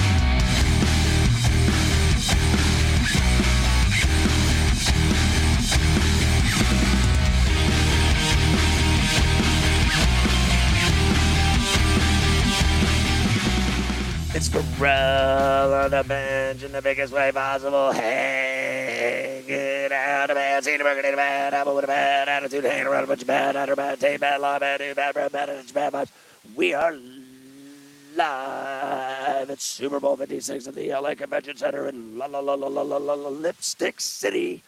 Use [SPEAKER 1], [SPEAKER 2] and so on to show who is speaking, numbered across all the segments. [SPEAKER 1] It's Pharrell on the bench in the biggest way possible. Hey, get out of bed, see the burger, need a bad apple with a bad attitude, hanging around a bunch of bad, utter bad, tape, bad, law, bad, dude, bad, breath, bad, attitude, bad vibes. We are live at Super Bowl 56 at the LA Convention Center in la la la la la la la la Lipstick City.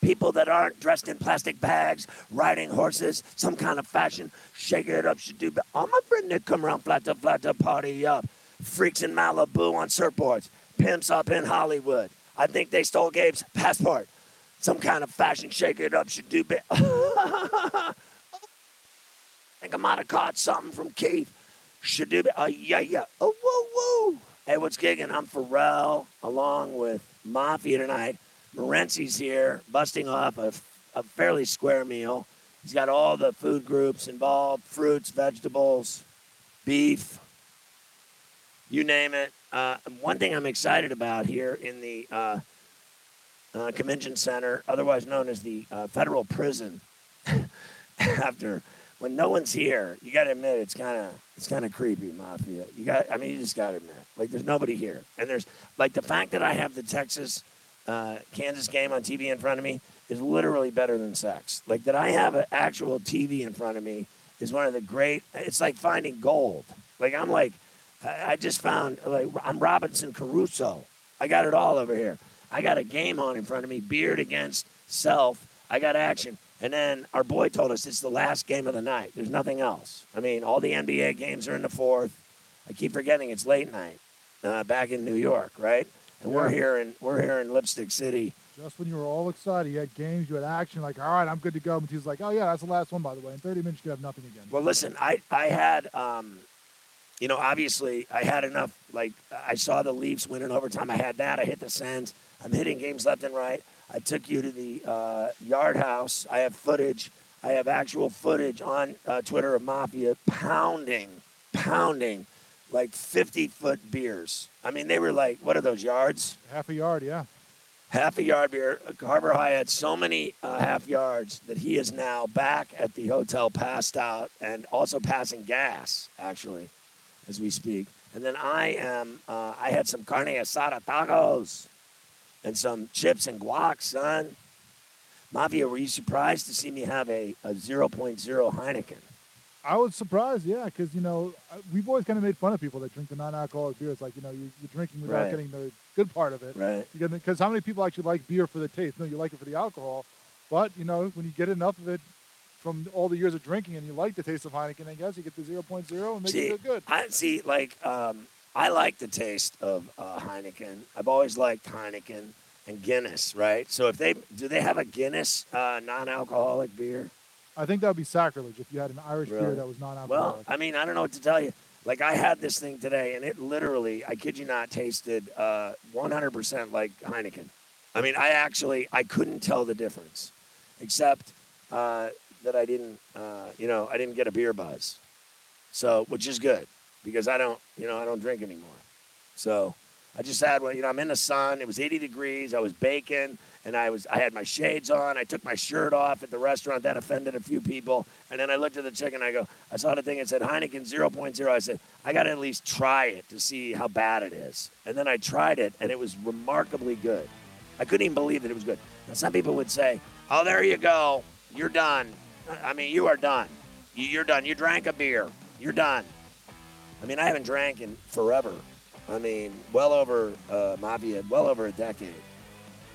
[SPEAKER 1] People that aren't dressed in plastic bags, riding horses, some kind of fashion, shaking it up, should do. But all my friend that come around flat to flat to party up freaks in Malibu on surfboards, pimps up in Hollywood. I think they stole Gabe's passport. Some kind of fashion shake it up should do bit. I think I might have caught something from Keith. Should do bit. Oh, yeah, yeah. Oh, whoa, whoa. Hey, what's gigging? I'm Pharrell along with Mafia tonight. Morenzi's here busting off a, a fairly square meal. He's got all the food groups involved fruits, vegetables, beef, you name it. Uh, one thing I'm excited about here in the uh, uh, convention center, otherwise known as the uh, federal prison, after when no one's here, you got to admit it's kind of it's kind of creepy, mafia. You got, I mean, you just got to admit, like there's nobody here, and there's like the fact that I have the Texas uh, Kansas game on TV in front of me is literally better than sex. Like that I have an actual TV in front of me is one of the great. It's like finding gold. Like I'm like. I just found like I'm Robinson Caruso. I got it all over here. I got a game on in front of me, beard against self. I got action. And then our boy told us it's the last game of the night. There's nothing else. I mean, all the NBA games are in the fourth. I keep forgetting it's late night uh, back in New York, right? And we're here in we're here in Lipstick City.
[SPEAKER 2] Just when you were all excited, you had games, you had action, like, all right, I'm good to go. And he was like, oh, yeah, that's the last one, by the way. In 30 minutes, you have nothing again.
[SPEAKER 1] Well, listen, I, I had um, you know, obviously I had enough. Like I saw the Leafs win in overtime. I had that. I hit the Sens. I'm hitting games left and right. I took you to the uh, Yard House. I have footage. I have actual footage on uh, Twitter of Mafia pounding, pounding, like 50 foot beers. I mean, they were like, what are those yards?
[SPEAKER 2] Half a yard, yeah.
[SPEAKER 1] Half a yard beer. Carver High had so many uh, half yards that he is now back at the hotel, passed out, and also passing gas, actually as we speak. And then I am, uh, I had some carne asada tacos and some chips and guac, son. Mafia, were you surprised to see me have a, a 0.0 Heineken?
[SPEAKER 2] I was surprised, yeah, because, you know, uh, we've always kind of made fun of people that drink the non-alcoholic beer. It's like, you know, you, are drinking without
[SPEAKER 1] Right.
[SPEAKER 2] getting the good part of it.
[SPEAKER 1] Right.
[SPEAKER 2] Because how many people actually like beer for the taste? No, you like it for the alcohol. But, you know, when you get enough of it from all the years of drinking and you like the taste of Heineken, I guess you get the 0.0 and make
[SPEAKER 1] see,
[SPEAKER 2] you feel good.
[SPEAKER 1] I see. Like, um, I like the taste of uh, Heineken. I've always liked Heineken and Guinness, right? So if they do, they have a Guinness uh, non-alcoholic beer.
[SPEAKER 2] I think that would be sacrilege if you had an Irish
[SPEAKER 1] Really?
[SPEAKER 2] beer that was non-alcoholic.
[SPEAKER 1] Well, I mean, I don't know what to tell you. Like I had this thing today, and it literally, I kid you not, tasted uh, 100% like Heineken. I mean, I actually, I couldn't tell the difference, except uh, that I didn't, uh, you know, I didn't get a beer buzz, so which is good because I don't, you know, I don't drink anymore. So I just had, well, you know, I'm in the sun. It was 80 degrees. I was baking, and I was, I had my shades on. I took my shirt off at the restaurant. That offended a few people. And then I looked at the chicken. I go, I saw the thing. It said Heineken 0.0. I said, I got to at least try it to see how bad it is. And then I tried it, and it was remarkably good. I couldn't even believe that it was good. Now, some people would say, "Oh, there you go. You're done. I mean, you are done. You- You're done. You drank a beer. You're done." I mean, I haven't drank in forever. I mean, well over uh, Mafia, well over a decade,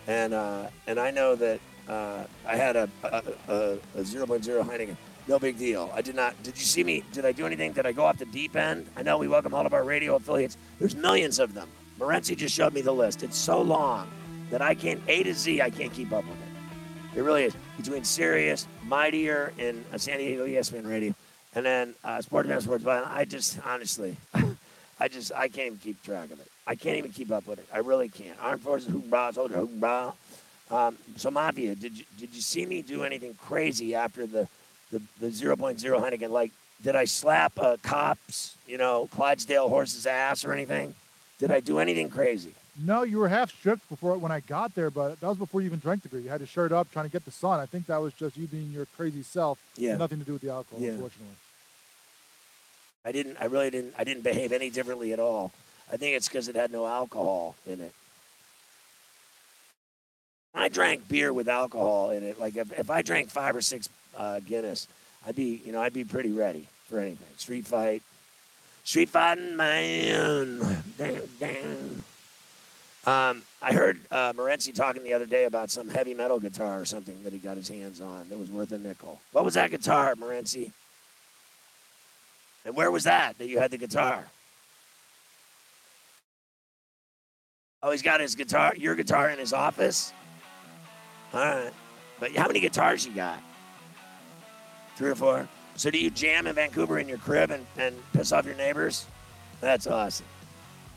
[SPEAKER 1] and uh, and I know that uh, I had a a, a, a 0.0 Heineken. No big deal. I did not. Did you see me? Did I do anything? Did I go off the deep end? I know we welcome all of our radio affiliates. There's millions of them. Morenci just showed me the list. It's so long that I can't A to Z. I can't keep up with it. It really is between Sirius, Mightier, and uh, San Diego ESPN Radio, and then uh, Sports Man, Sports Violent. I just honestly, I just I can't even keep track of it. I can't even keep up with it. I really can't. Armed forces, hoorah, soldier, hoorah. Um, so Mafia, did you did you see me do anything crazy after the the, the 0.0 Heineken? Like, did I slap a cop's, you know, Clydesdale horse's ass or anything? Did I do anything crazy?
[SPEAKER 2] No, you were half stripped before when I got there, but that was before you even drank the beer. You had your shirt up, trying to get the sun. I think that was just you being your crazy self. It had
[SPEAKER 1] Yeah.
[SPEAKER 2] Nothing to do with the alcohol,
[SPEAKER 1] Yeah.
[SPEAKER 2] unfortunately.
[SPEAKER 1] I didn't. I really didn't. I didn't behave any differently at all. I think it's because it had no alcohol in it. I drank beer with alcohol in it. Like if, if I drank five or six uh, Guinness, I'd be you know I'd be pretty ready for anything. Street fight, street fighting man. Dang, dang. Um, I heard uh, Morenci talking the other day about some heavy metal guitar or something that he got his hands on that was worth a nickel. What was that guitar, Morenci? And where was that that you had the guitar? Oh, he's got his guitar, your guitar in his office? All right. But how many guitars you got? Three or four? So do you jam in Vancouver in your crib and, and piss off your neighbors? That's awesome.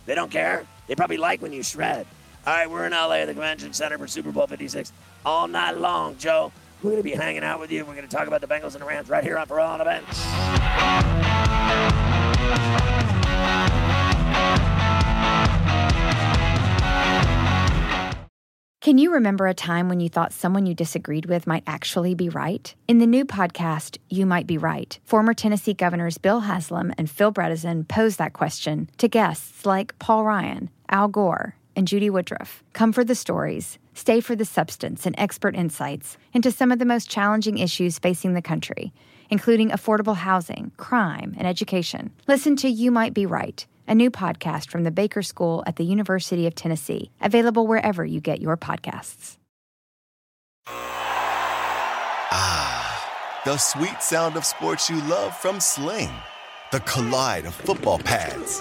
[SPEAKER 1] They don't care. They probably like when you shred. All right, we're in LA at the Convention Center for Super Bowl 56 all night long, Joe. We're going to be hanging out with you. We're going to talk about the Bengals and the Rams right here on For All on the Bench.
[SPEAKER 3] Can you remember a time when you thought someone you disagreed with might actually be right? In the new podcast, You Might Be Right, former Tennessee governors Bill Haslam and Phil Bredesen posed that question to guests like Paul Ryan, Al Gore, and Judy Woodruff. Come for the stories, stay for the substance and expert insights into some of the most challenging issues facing the country, including affordable housing, crime, and education. Listen to You Might Be Right a new podcast from the Baker School at the University of Tennessee, available wherever you get your podcasts.
[SPEAKER 4] Ah, the sweet sound of sports you love from Sling. The collide of football pads,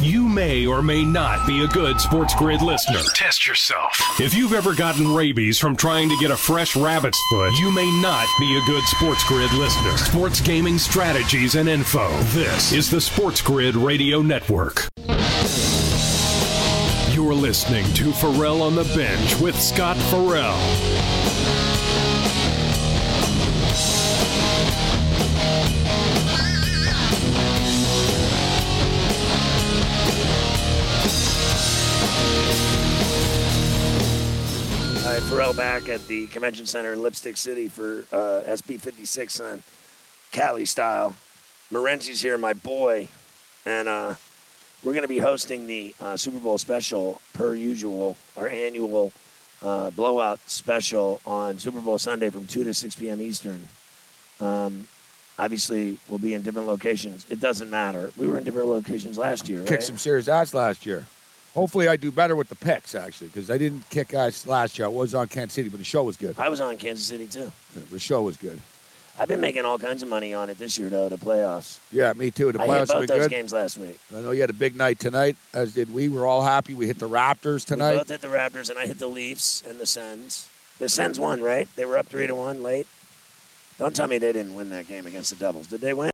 [SPEAKER 5] You may or may not be a good Sports Grid listener.
[SPEAKER 6] Test yourself.
[SPEAKER 5] If you've ever gotten rabies from trying to get a fresh rabbit's foot, you may not be a good Sports Grid listener. Sports gaming strategies and info. This is the Sports Grid Radio Network. You're listening to Pharrell on the Bench with Scott Pharrell.
[SPEAKER 1] All right, Pharrell back at the convention center in Lipstick City for uh, SB 56 on Cali style. Morenci's here, my boy, and uh, we're going to be hosting the uh, Super Bowl special per usual, our annual uh, blowout special on Super Bowl Sunday from 2 to 6 p.m. Eastern. Um, obviously, we'll be in different locations. It doesn't matter. We were in different locations last year.
[SPEAKER 6] Kicked
[SPEAKER 1] right?
[SPEAKER 6] some serious ass last year. Hopefully, I do better with the picks actually, because I didn't kick ass last year. I was on Kansas City, but the show was good.
[SPEAKER 1] I was on Kansas City too.
[SPEAKER 6] The show was good.
[SPEAKER 1] I've been making all kinds of money on it this year, though, the playoffs.
[SPEAKER 6] Yeah, me too. The
[SPEAKER 1] I hit
[SPEAKER 6] playoffs
[SPEAKER 1] both
[SPEAKER 6] were
[SPEAKER 1] those
[SPEAKER 6] good.
[SPEAKER 1] games last week.
[SPEAKER 6] I know you had a big night tonight, as did we. We're all happy. We hit the Raptors
[SPEAKER 1] We
[SPEAKER 6] tonight.
[SPEAKER 1] both hit the Raptors, and I hit the Leafs and the Sens. The Sens won, right? They were up three to one late. Don't tell me they didn't win that game against the Devils. Did they win?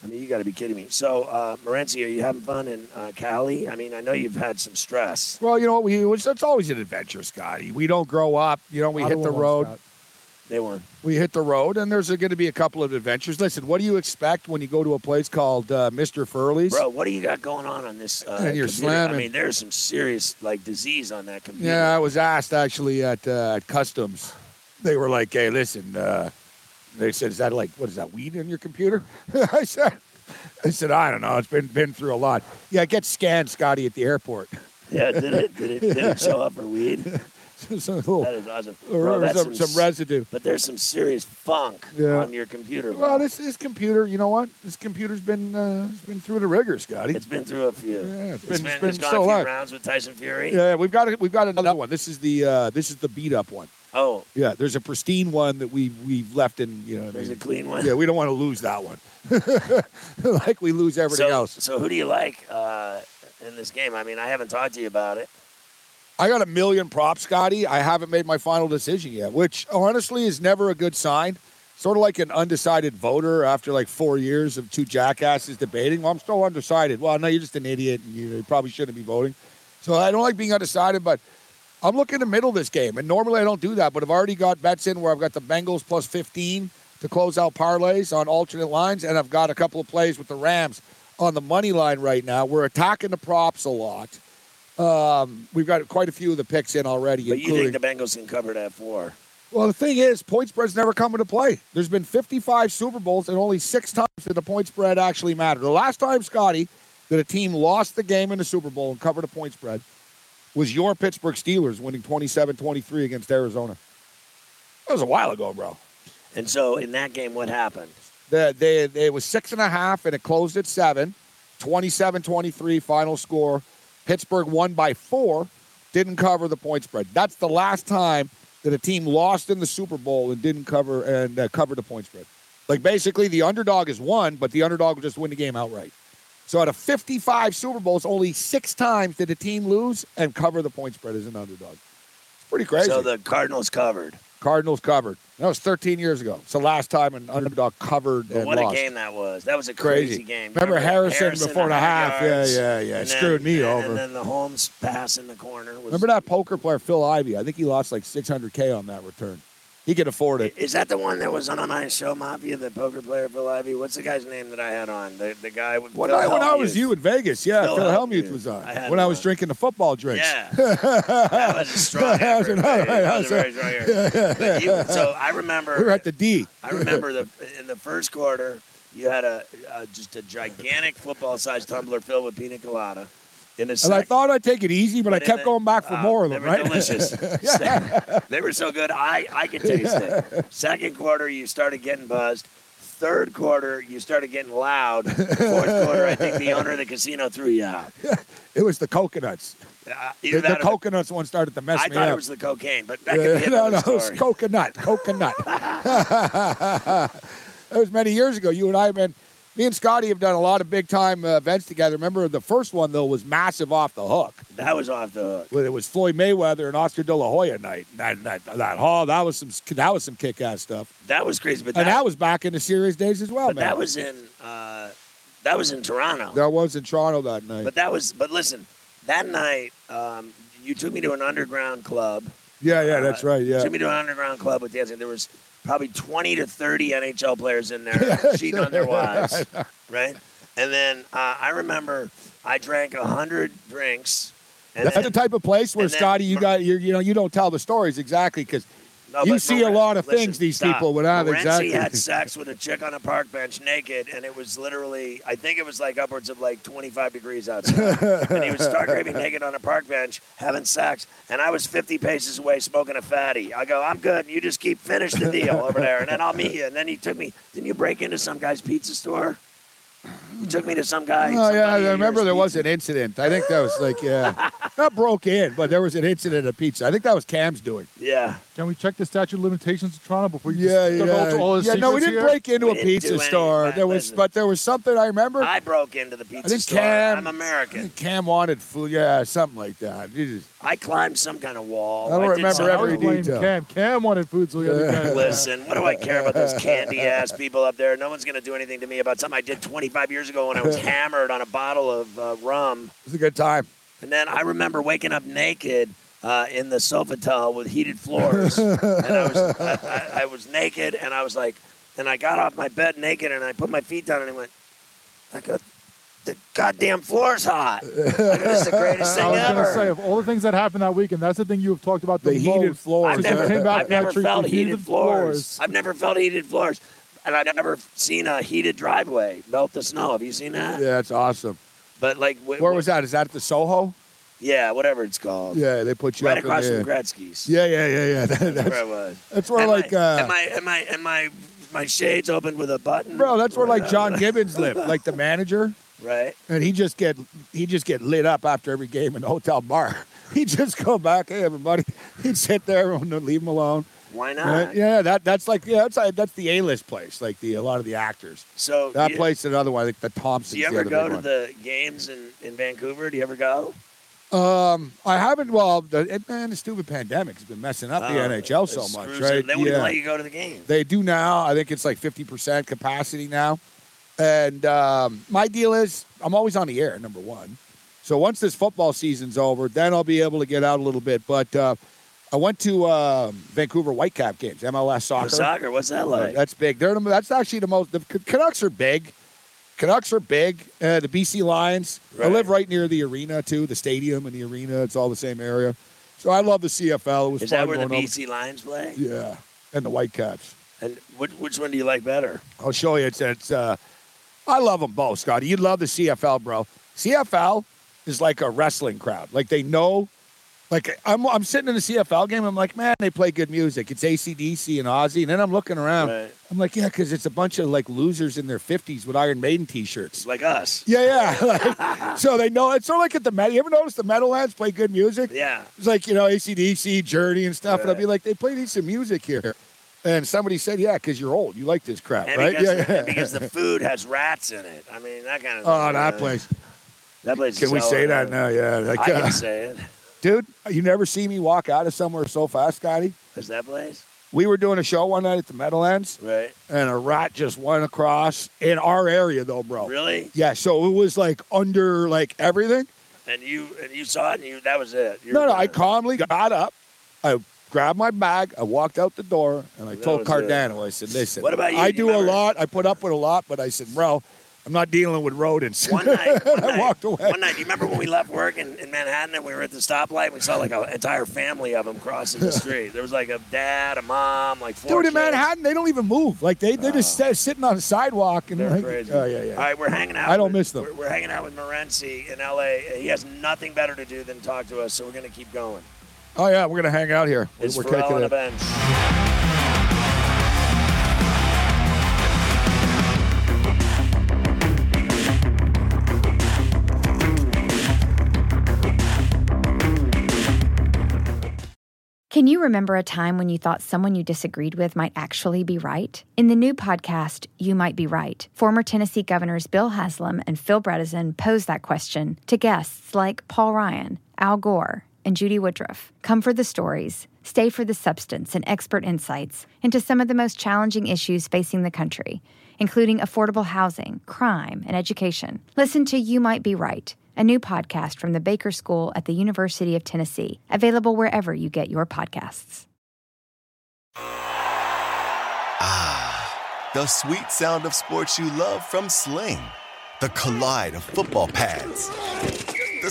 [SPEAKER 1] I mean, you got to be kidding me. So, uh, Morency, are you having fun in uh, Cali? I mean, I know you've had some stress.
[SPEAKER 6] Well, you know, we it's, it's always an adventure, Scotty. We don't grow up. You know, we
[SPEAKER 2] I
[SPEAKER 6] hit
[SPEAKER 2] don't
[SPEAKER 6] the
[SPEAKER 2] want
[SPEAKER 6] road.
[SPEAKER 2] Scott.
[SPEAKER 1] They won.
[SPEAKER 6] We hit the road, and there's going to be a couple of adventures. Listen, what do you expect when you go to a place called uh, Mr. Furley's?
[SPEAKER 1] Bro, what do you got going on on this? Uh,
[SPEAKER 6] And you're
[SPEAKER 1] computer?
[SPEAKER 6] slamming.
[SPEAKER 1] I mean, there's some serious like disease on that computer.
[SPEAKER 6] Yeah, I was asked actually at, uh, at customs. They were like, "Hey, listen," uh, they said, "Is that like what is that weed in your computer?" I said, "I said I don't know. It's been been through a lot. Yeah, it gets scanned, Scotty, at the airport.
[SPEAKER 1] yeah. Did it? Did it? Did it show up for weed?
[SPEAKER 6] Some little-
[SPEAKER 1] That is awesome.
[SPEAKER 6] or
[SPEAKER 1] Bro, that's
[SPEAKER 6] some, some residue."
[SPEAKER 1] But there's some serious funk
[SPEAKER 6] Yeah.
[SPEAKER 1] on your computer. bro.
[SPEAKER 6] Well, this this computer, you know what? This computer's been uh, it's been through the rigor, Scotty.
[SPEAKER 1] It's been through a few.
[SPEAKER 6] Yeah, it's
[SPEAKER 1] it's
[SPEAKER 6] been- it's been
[SPEAKER 1] gone
[SPEAKER 6] so
[SPEAKER 1] a few
[SPEAKER 6] long.
[SPEAKER 1] rounds with Tyson Fury.
[SPEAKER 6] yeah, we've got it. We've got another one. This is the uh, this is the beat up one.
[SPEAKER 1] Oh,
[SPEAKER 6] Yeah, there's a pristine one that we we've left in. You know, what I
[SPEAKER 1] there's a
[SPEAKER 6] mean?
[SPEAKER 1] clean one.
[SPEAKER 6] yeah, we don't want to lose that one. like we lose everything
[SPEAKER 1] so,
[SPEAKER 6] else.
[SPEAKER 1] so who do you like uh, in this game? I mean, I haven't talked to you about it.
[SPEAKER 6] I got a million props, Scotty. I haven't made my final decision yet, which honestly is never a good sign. Sort of like an undecided voter after like four years of two jackasses debating. Well, I'm still undecided. Well, no, you're just an idiot and you probably shouldn't be voting. So I don't like being undecided, but I'm looking to middle this game. And normally I don't do that, but I've already got bets in where I've got the Bengals plus 15 to close out parlays on alternate lines. And I've got a couple of plays with the Rams on the money line right now. We're attacking the props a lot. Um, we've got quite a few of the picks in already,
[SPEAKER 1] But you
[SPEAKER 6] including.
[SPEAKER 1] think the Bengals can cover that four?
[SPEAKER 6] well, the thing is, point spreads never come into play. There's been 55 Super Bowls, and only six times did the point spread actually matter. The last time, Scotty, that a team lost the game in the Super Bowl and covered a point spread was your Pittsburgh Steelers winning 27 23 against Arizona. That was a while ago, bro.
[SPEAKER 1] And so in that game, what happened?
[SPEAKER 6] The, they, they, it was six and a half, and it closed at seven. 27 23 final score. Pittsburgh won by four, didn't cover the point spread. That's the last time that a team lost in the Super Bowl and didn't cover and uh, covered the point spread. Like basically, the underdog is won, but the underdog will just win the game outright. So out of 55 Super Bowls, only six times did a team lose and cover the point spread as an underdog. It's pretty crazy.
[SPEAKER 1] So the Cardinals covered.
[SPEAKER 6] Cardinals covered. That was 13 years ago. It's the last time an underdog covered
[SPEAKER 1] But
[SPEAKER 6] and
[SPEAKER 1] what
[SPEAKER 6] lost.
[SPEAKER 1] a game that was! That was a crazy,
[SPEAKER 6] Crazy.
[SPEAKER 1] game.
[SPEAKER 6] Remember Harrison before the
[SPEAKER 1] a hundred
[SPEAKER 6] half? Yeah,
[SPEAKER 1] yards,
[SPEAKER 6] yeah, yeah.
[SPEAKER 1] and
[SPEAKER 6] Screwed
[SPEAKER 1] then-
[SPEAKER 6] me
[SPEAKER 1] and,
[SPEAKER 6] over.
[SPEAKER 1] And then the Holmes pass in the corner. Was,
[SPEAKER 6] Remember that poker player Phil Ivey? I think he lost like 600k on that return. He could afford it.
[SPEAKER 1] Is that the one that was on my show, Mafia, the poker player Phil Ivey? What's the guy's name that I had on? The, the guy with
[SPEAKER 6] When
[SPEAKER 1] Phil
[SPEAKER 6] I, when I was
[SPEAKER 1] Hellmuth.
[SPEAKER 6] you in Vegas, yeah,
[SPEAKER 1] Phil
[SPEAKER 6] Phil,
[SPEAKER 1] Hellmuth.
[SPEAKER 6] Hellmuth, was on.
[SPEAKER 1] I had
[SPEAKER 6] when
[SPEAKER 1] him
[SPEAKER 6] I was
[SPEAKER 1] on.
[SPEAKER 6] drinking the football drinks.
[SPEAKER 1] Yeah. that was a strong effort.
[SPEAKER 6] That was another-
[SPEAKER 1] right? That was a
[SPEAKER 6] that
[SPEAKER 1] very strong effort. But you, so I remember.
[SPEAKER 6] We were at the D.
[SPEAKER 1] I remember the in the first quarter, you had a, a just a gigantic football-sized tumbler filled with pina colada. In the
[SPEAKER 6] And I
[SPEAKER 1] second,
[SPEAKER 6] thought I'd take it easy, but I
[SPEAKER 1] But in
[SPEAKER 6] kept
[SPEAKER 1] the-
[SPEAKER 6] going back for
[SPEAKER 1] uh,
[SPEAKER 6] more of them,
[SPEAKER 1] They were
[SPEAKER 6] right?
[SPEAKER 1] delicious. They- they were so good, I, I could taste it. Second quarter, you started getting buzzed. Third quarter, you started getting loud. Fourth quarter, I think the owner of the casino threw you out.
[SPEAKER 6] it was the coconuts.
[SPEAKER 1] Uh,
[SPEAKER 6] The,
[SPEAKER 1] either
[SPEAKER 6] the
[SPEAKER 1] that or
[SPEAKER 6] coconuts one started to
[SPEAKER 1] the-
[SPEAKER 6] mess
[SPEAKER 1] I
[SPEAKER 6] me
[SPEAKER 1] thought
[SPEAKER 6] up.
[SPEAKER 1] it was the cocaine, but that could be
[SPEAKER 6] Yeah, no,
[SPEAKER 1] another
[SPEAKER 6] no, it was
[SPEAKER 1] story.
[SPEAKER 6] coconut, coconut. that was many years ago. You and I have been, me and Scotty have done a lot of big time uh, events together. Remember, the first one though was massive off the hook.
[SPEAKER 1] that was off the hook.
[SPEAKER 6] Well, It was Floyd Mayweather and Oscar De La Hoya night. That that that hall that was some that was some kick ass stuff.
[SPEAKER 1] That was crazy, but that,
[SPEAKER 6] and that was back in the series days as well,
[SPEAKER 1] but
[SPEAKER 6] man.
[SPEAKER 1] that was in uh, that was in Toronto.
[SPEAKER 6] that was in Toronto that night.
[SPEAKER 1] But that was but listen, that night um, you took me to an underground club.
[SPEAKER 6] yeah,
[SPEAKER 1] uh,
[SPEAKER 6] yeah, that's right. Yeah,
[SPEAKER 1] Took me to an underground club with dancing. There was probably 20 to 30 NHL players in there, cheating on their wives, right? And then uh, I remember I drank 100 drinks. And
[SPEAKER 6] that's
[SPEAKER 1] then,
[SPEAKER 6] the type of place where
[SPEAKER 1] and then-
[SPEAKER 6] Scotty, you got you you know you don't tell the stories exactly because
[SPEAKER 1] No,
[SPEAKER 6] You
[SPEAKER 1] but
[SPEAKER 6] see a
[SPEAKER 1] Moran-
[SPEAKER 6] lot of
[SPEAKER 1] listen,
[SPEAKER 6] things these
[SPEAKER 1] stop.
[SPEAKER 6] people would have,
[SPEAKER 1] Morency
[SPEAKER 6] exactly.
[SPEAKER 1] had sex with a chick on a park bench naked, and it was literally, I think it was like upwards of like 25 degrees outside. and he was stark raving naked on a park bench having sex, and I was 50 paces away smoking a fatty. I go, I'm good. You just keep finish the deal over there, and then I'll meet you. And then he took me. Didn't you break into some guy's pizza store? You took me to some guy.
[SPEAKER 6] Oh yeah,
[SPEAKER 1] somebody
[SPEAKER 6] I
[SPEAKER 1] of
[SPEAKER 6] remember
[SPEAKER 1] yours
[SPEAKER 6] there was
[SPEAKER 1] pizza-
[SPEAKER 6] an incident. I think that was like yeah, not broke in, but there was an incident at pizza. I think that was Cam's doing.
[SPEAKER 1] Yeah.
[SPEAKER 2] Can we check the statute of limitations of Toronto before you
[SPEAKER 6] Yeah,
[SPEAKER 2] just divulge
[SPEAKER 6] yeah,
[SPEAKER 2] all his
[SPEAKER 6] yeah. No, we
[SPEAKER 2] secrets
[SPEAKER 6] didn't
[SPEAKER 2] here?
[SPEAKER 6] break into
[SPEAKER 1] We
[SPEAKER 6] a
[SPEAKER 1] didn't do
[SPEAKER 6] pizza
[SPEAKER 1] any
[SPEAKER 6] store.
[SPEAKER 1] bad
[SPEAKER 6] There was,
[SPEAKER 1] business.
[SPEAKER 6] but there was something I remember.
[SPEAKER 1] I broke into the
[SPEAKER 6] I
[SPEAKER 1] pizza
[SPEAKER 6] think
[SPEAKER 1] store.
[SPEAKER 6] Cam.
[SPEAKER 1] I'm
[SPEAKER 6] I
[SPEAKER 1] American.
[SPEAKER 6] think Cam wanted food. Yeah, something like that. You just-
[SPEAKER 1] I climbed some kind of wall.
[SPEAKER 6] I don't
[SPEAKER 1] did
[SPEAKER 6] remember
[SPEAKER 2] So
[SPEAKER 1] something
[SPEAKER 2] I
[SPEAKER 6] every
[SPEAKER 2] would
[SPEAKER 1] wrong.
[SPEAKER 2] blame
[SPEAKER 6] detail.
[SPEAKER 2] Cam. Cam wanted food, so we gotta be Cam.
[SPEAKER 1] Listen, what do I care about those candy ass people up there? No one's going to do anything to me about something I did 25 years ago when I was hammered on a bottle of uh, rum.
[SPEAKER 6] It was a good time.
[SPEAKER 1] And then I remember waking up naked uh, in the Sofitel with heated floors. and I was, I, I, I was naked and I was like, and I got off my bed naked and I put my feet down and I went, I go, the goddamn floor's hot. I go, this is the greatest
[SPEAKER 2] I
[SPEAKER 1] thing
[SPEAKER 2] was
[SPEAKER 1] ever.
[SPEAKER 2] gonna say of all the they've happened that weekend, that's the thing you have talked about the,
[SPEAKER 6] The heated
[SPEAKER 2] most.
[SPEAKER 6] floors.
[SPEAKER 1] I've
[SPEAKER 2] Just
[SPEAKER 1] never,
[SPEAKER 2] came back
[SPEAKER 1] I've
[SPEAKER 2] from that
[SPEAKER 1] never
[SPEAKER 2] trip
[SPEAKER 1] felt
[SPEAKER 2] with
[SPEAKER 1] heated,
[SPEAKER 2] heated
[SPEAKER 1] floors.
[SPEAKER 2] floors.
[SPEAKER 1] I've never felt heated floors. And I've never seen a heated driveway melt the snow. Have you seen that?
[SPEAKER 6] Yeah, that's awesome.
[SPEAKER 1] But like, wh-
[SPEAKER 6] Where was that? Is that at the Soho?
[SPEAKER 1] Yeah, whatever it's called.
[SPEAKER 6] Yeah, they put you
[SPEAKER 1] right
[SPEAKER 6] up
[SPEAKER 1] across
[SPEAKER 6] in
[SPEAKER 1] from
[SPEAKER 6] there.
[SPEAKER 1] Gretzky's.
[SPEAKER 6] yeah, yeah, yeah, yeah. That-
[SPEAKER 1] That's where I
[SPEAKER 6] that's,
[SPEAKER 1] was.
[SPEAKER 6] that's where
[SPEAKER 1] and
[SPEAKER 6] like
[SPEAKER 1] my,
[SPEAKER 6] uh,
[SPEAKER 1] and my and my and my my shades opened with a button.
[SPEAKER 6] bro, that's where like John
[SPEAKER 1] Right.
[SPEAKER 6] Gibbons lived, like the manager.
[SPEAKER 1] Right.
[SPEAKER 6] and he just get he just get lit up after every game in the hotel bar. He would just go back, hey everybody. He'd sit there, everyone would leave him alone.
[SPEAKER 1] Why
[SPEAKER 6] Right?
[SPEAKER 1] not?
[SPEAKER 6] Yeah, that that's like yeah, that's like, that's the A list place, like the a lot of the actors.
[SPEAKER 1] So
[SPEAKER 6] That
[SPEAKER 1] you,
[SPEAKER 6] place, another one, like the
[SPEAKER 1] Do
[SPEAKER 6] Thompsons.
[SPEAKER 1] you
[SPEAKER 6] the
[SPEAKER 1] ever
[SPEAKER 6] other
[SPEAKER 1] go
[SPEAKER 6] big
[SPEAKER 1] to
[SPEAKER 6] one.
[SPEAKER 1] the games in, in Vancouver? Do you ever go?
[SPEAKER 6] Um, I haven't. Well, the, it- man, the stupid pandemic has been messing up
[SPEAKER 1] Oh,
[SPEAKER 6] the NHL so
[SPEAKER 1] it
[SPEAKER 6] much,
[SPEAKER 1] screws
[SPEAKER 6] right?
[SPEAKER 1] it. They wouldn't
[SPEAKER 6] Yeah.
[SPEAKER 1] let you go to the game.
[SPEAKER 6] They do now. I think it's like 50% capacity now. And um, my deal is I'm always on the air, number one. So once this football season's over, then I'll be able to get out a little bit. But uh, I went to um Vancouver Whitecap games, MLS
[SPEAKER 1] Soccer.
[SPEAKER 6] soccer.
[SPEAKER 1] Soccer. What's that like?
[SPEAKER 6] That's big. They're the, that's actually the most. The Canucks are big. Canucks are big. Uh, the BC Lions. I
[SPEAKER 1] Right.
[SPEAKER 6] live right near the arena too, the stadium and the arena. It's all the same area. So I love the CFL. It was
[SPEAKER 1] Is
[SPEAKER 6] fun
[SPEAKER 1] that where the
[SPEAKER 6] going over-
[SPEAKER 1] BC Lions play?
[SPEAKER 6] Yeah, and the Whitecaps.
[SPEAKER 1] And which, which one do you like better?
[SPEAKER 6] I'll show you. It's, it's uh, I love them both, Scotty. You love the CFL, bro. CFL is like a wrestling crowd. Like they know, like I'm, I'm sitting in a CFL game. I'm like, man, they play good music. It's ACDC and Ozzy. And then I'm looking around.
[SPEAKER 1] Right.
[SPEAKER 6] I'm like, yeah, because it's a bunch of like losers in their 50s with Iron Maiden t-shirts.
[SPEAKER 1] It's like us.
[SPEAKER 6] Yeah, yeah. Like, so they know. It's sort of like at the Met. You ever notice the Meadowlands play good music?
[SPEAKER 1] Yeah.
[SPEAKER 6] It's like, you know, ACDC, Journey and stuff. And I'll be
[SPEAKER 1] Right.
[SPEAKER 6] like, they play decent music here. And somebody said, yeah, because you're old. You like this crap,
[SPEAKER 1] And
[SPEAKER 6] right?
[SPEAKER 1] because,
[SPEAKER 6] yeah, yeah.
[SPEAKER 1] and because the food has rats in it. I mean, that kind of
[SPEAKER 6] Oh, that
[SPEAKER 1] uh,
[SPEAKER 6] place.
[SPEAKER 1] That place is
[SPEAKER 6] Can we
[SPEAKER 1] so-
[SPEAKER 6] say that now? Yeah. Like,
[SPEAKER 1] I
[SPEAKER 6] uh,
[SPEAKER 1] can say it.
[SPEAKER 6] dude, you never see me walk out of somewhere so fast, Scotty.
[SPEAKER 1] Is that place?
[SPEAKER 6] We were doing a show one night at the Meadowlands,
[SPEAKER 1] Right.
[SPEAKER 6] and a rat just went across in our area, though, bro.
[SPEAKER 1] Really?
[SPEAKER 6] Yeah, so it was like under like everything.
[SPEAKER 1] And you and you saw it and you that was it. You
[SPEAKER 6] no,
[SPEAKER 1] were
[SPEAKER 6] no, I
[SPEAKER 1] done.
[SPEAKER 6] calmly got up. I grabbed my bag. I walked out the door, and I
[SPEAKER 1] That
[SPEAKER 6] told
[SPEAKER 1] was it.
[SPEAKER 6] Cardano, I said, listen,
[SPEAKER 1] What about you?
[SPEAKER 6] I
[SPEAKER 1] You
[SPEAKER 6] do
[SPEAKER 1] remember-
[SPEAKER 6] a lot. I put up with a lot, but I said, bro, I'm not dealing with rodents.
[SPEAKER 1] One night, one
[SPEAKER 6] I
[SPEAKER 1] night-
[SPEAKER 6] walked away.
[SPEAKER 1] One night, you remember when we left work in, in Manhattan and we were at the stoplight? and We saw like an entire family of them crossing the street. There was like a dad, a mom, like four.
[SPEAKER 6] Dude, in
[SPEAKER 1] kids.
[SPEAKER 6] Manhattan, they don't even move. Like they, they're just sta- sitting on the sidewalk and
[SPEAKER 1] They're
[SPEAKER 6] like,
[SPEAKER 1] crazy.
[SPEAKER 6] oh yeah, yeah.
[SPEAKER 1] All right, we're hanging out.
[SPEAKER 6] I don't
[SPEAKER 1] with-
[SPEAKER 6] miss them.
[SPEAKER 1] We're, we're hanging out with Morency in L.A. He has nothing better to do than talk to us, so we're gonna keep going.
[SPEAKER 6] Oh yeah, we're gonna hang out here.
[SPEAKER 1] It's
[SPEAKER 6] we're
[SPEAKER 1] Pharrell on
[SPEAKER 6] kicking
[SPEAKER 1] the
[SPEAKER 6] it.
[SPEAKER 1] bench.
[SPEAKER 3] Can you remember a time when you thought someone you disagreed with might actually be right? In the new podcast, You Might Be Right, former Tennessee governors Bill Haslam and Phil Bredesen posed that question to guests like Paul Ryan, Al Gore, and Judy Woodruff. Come for the stories, stay for the substance and expert insights into some of the most challenging issues facing the country, including affordable housing, crime, and education. Listen to You Might Be Right a new podcast from the Baker School at the University of Tennessee, available wherever you get your podcasts.
[SPEAKER 4] The sweet sound of sports you love from Sling. The collide of football pads. The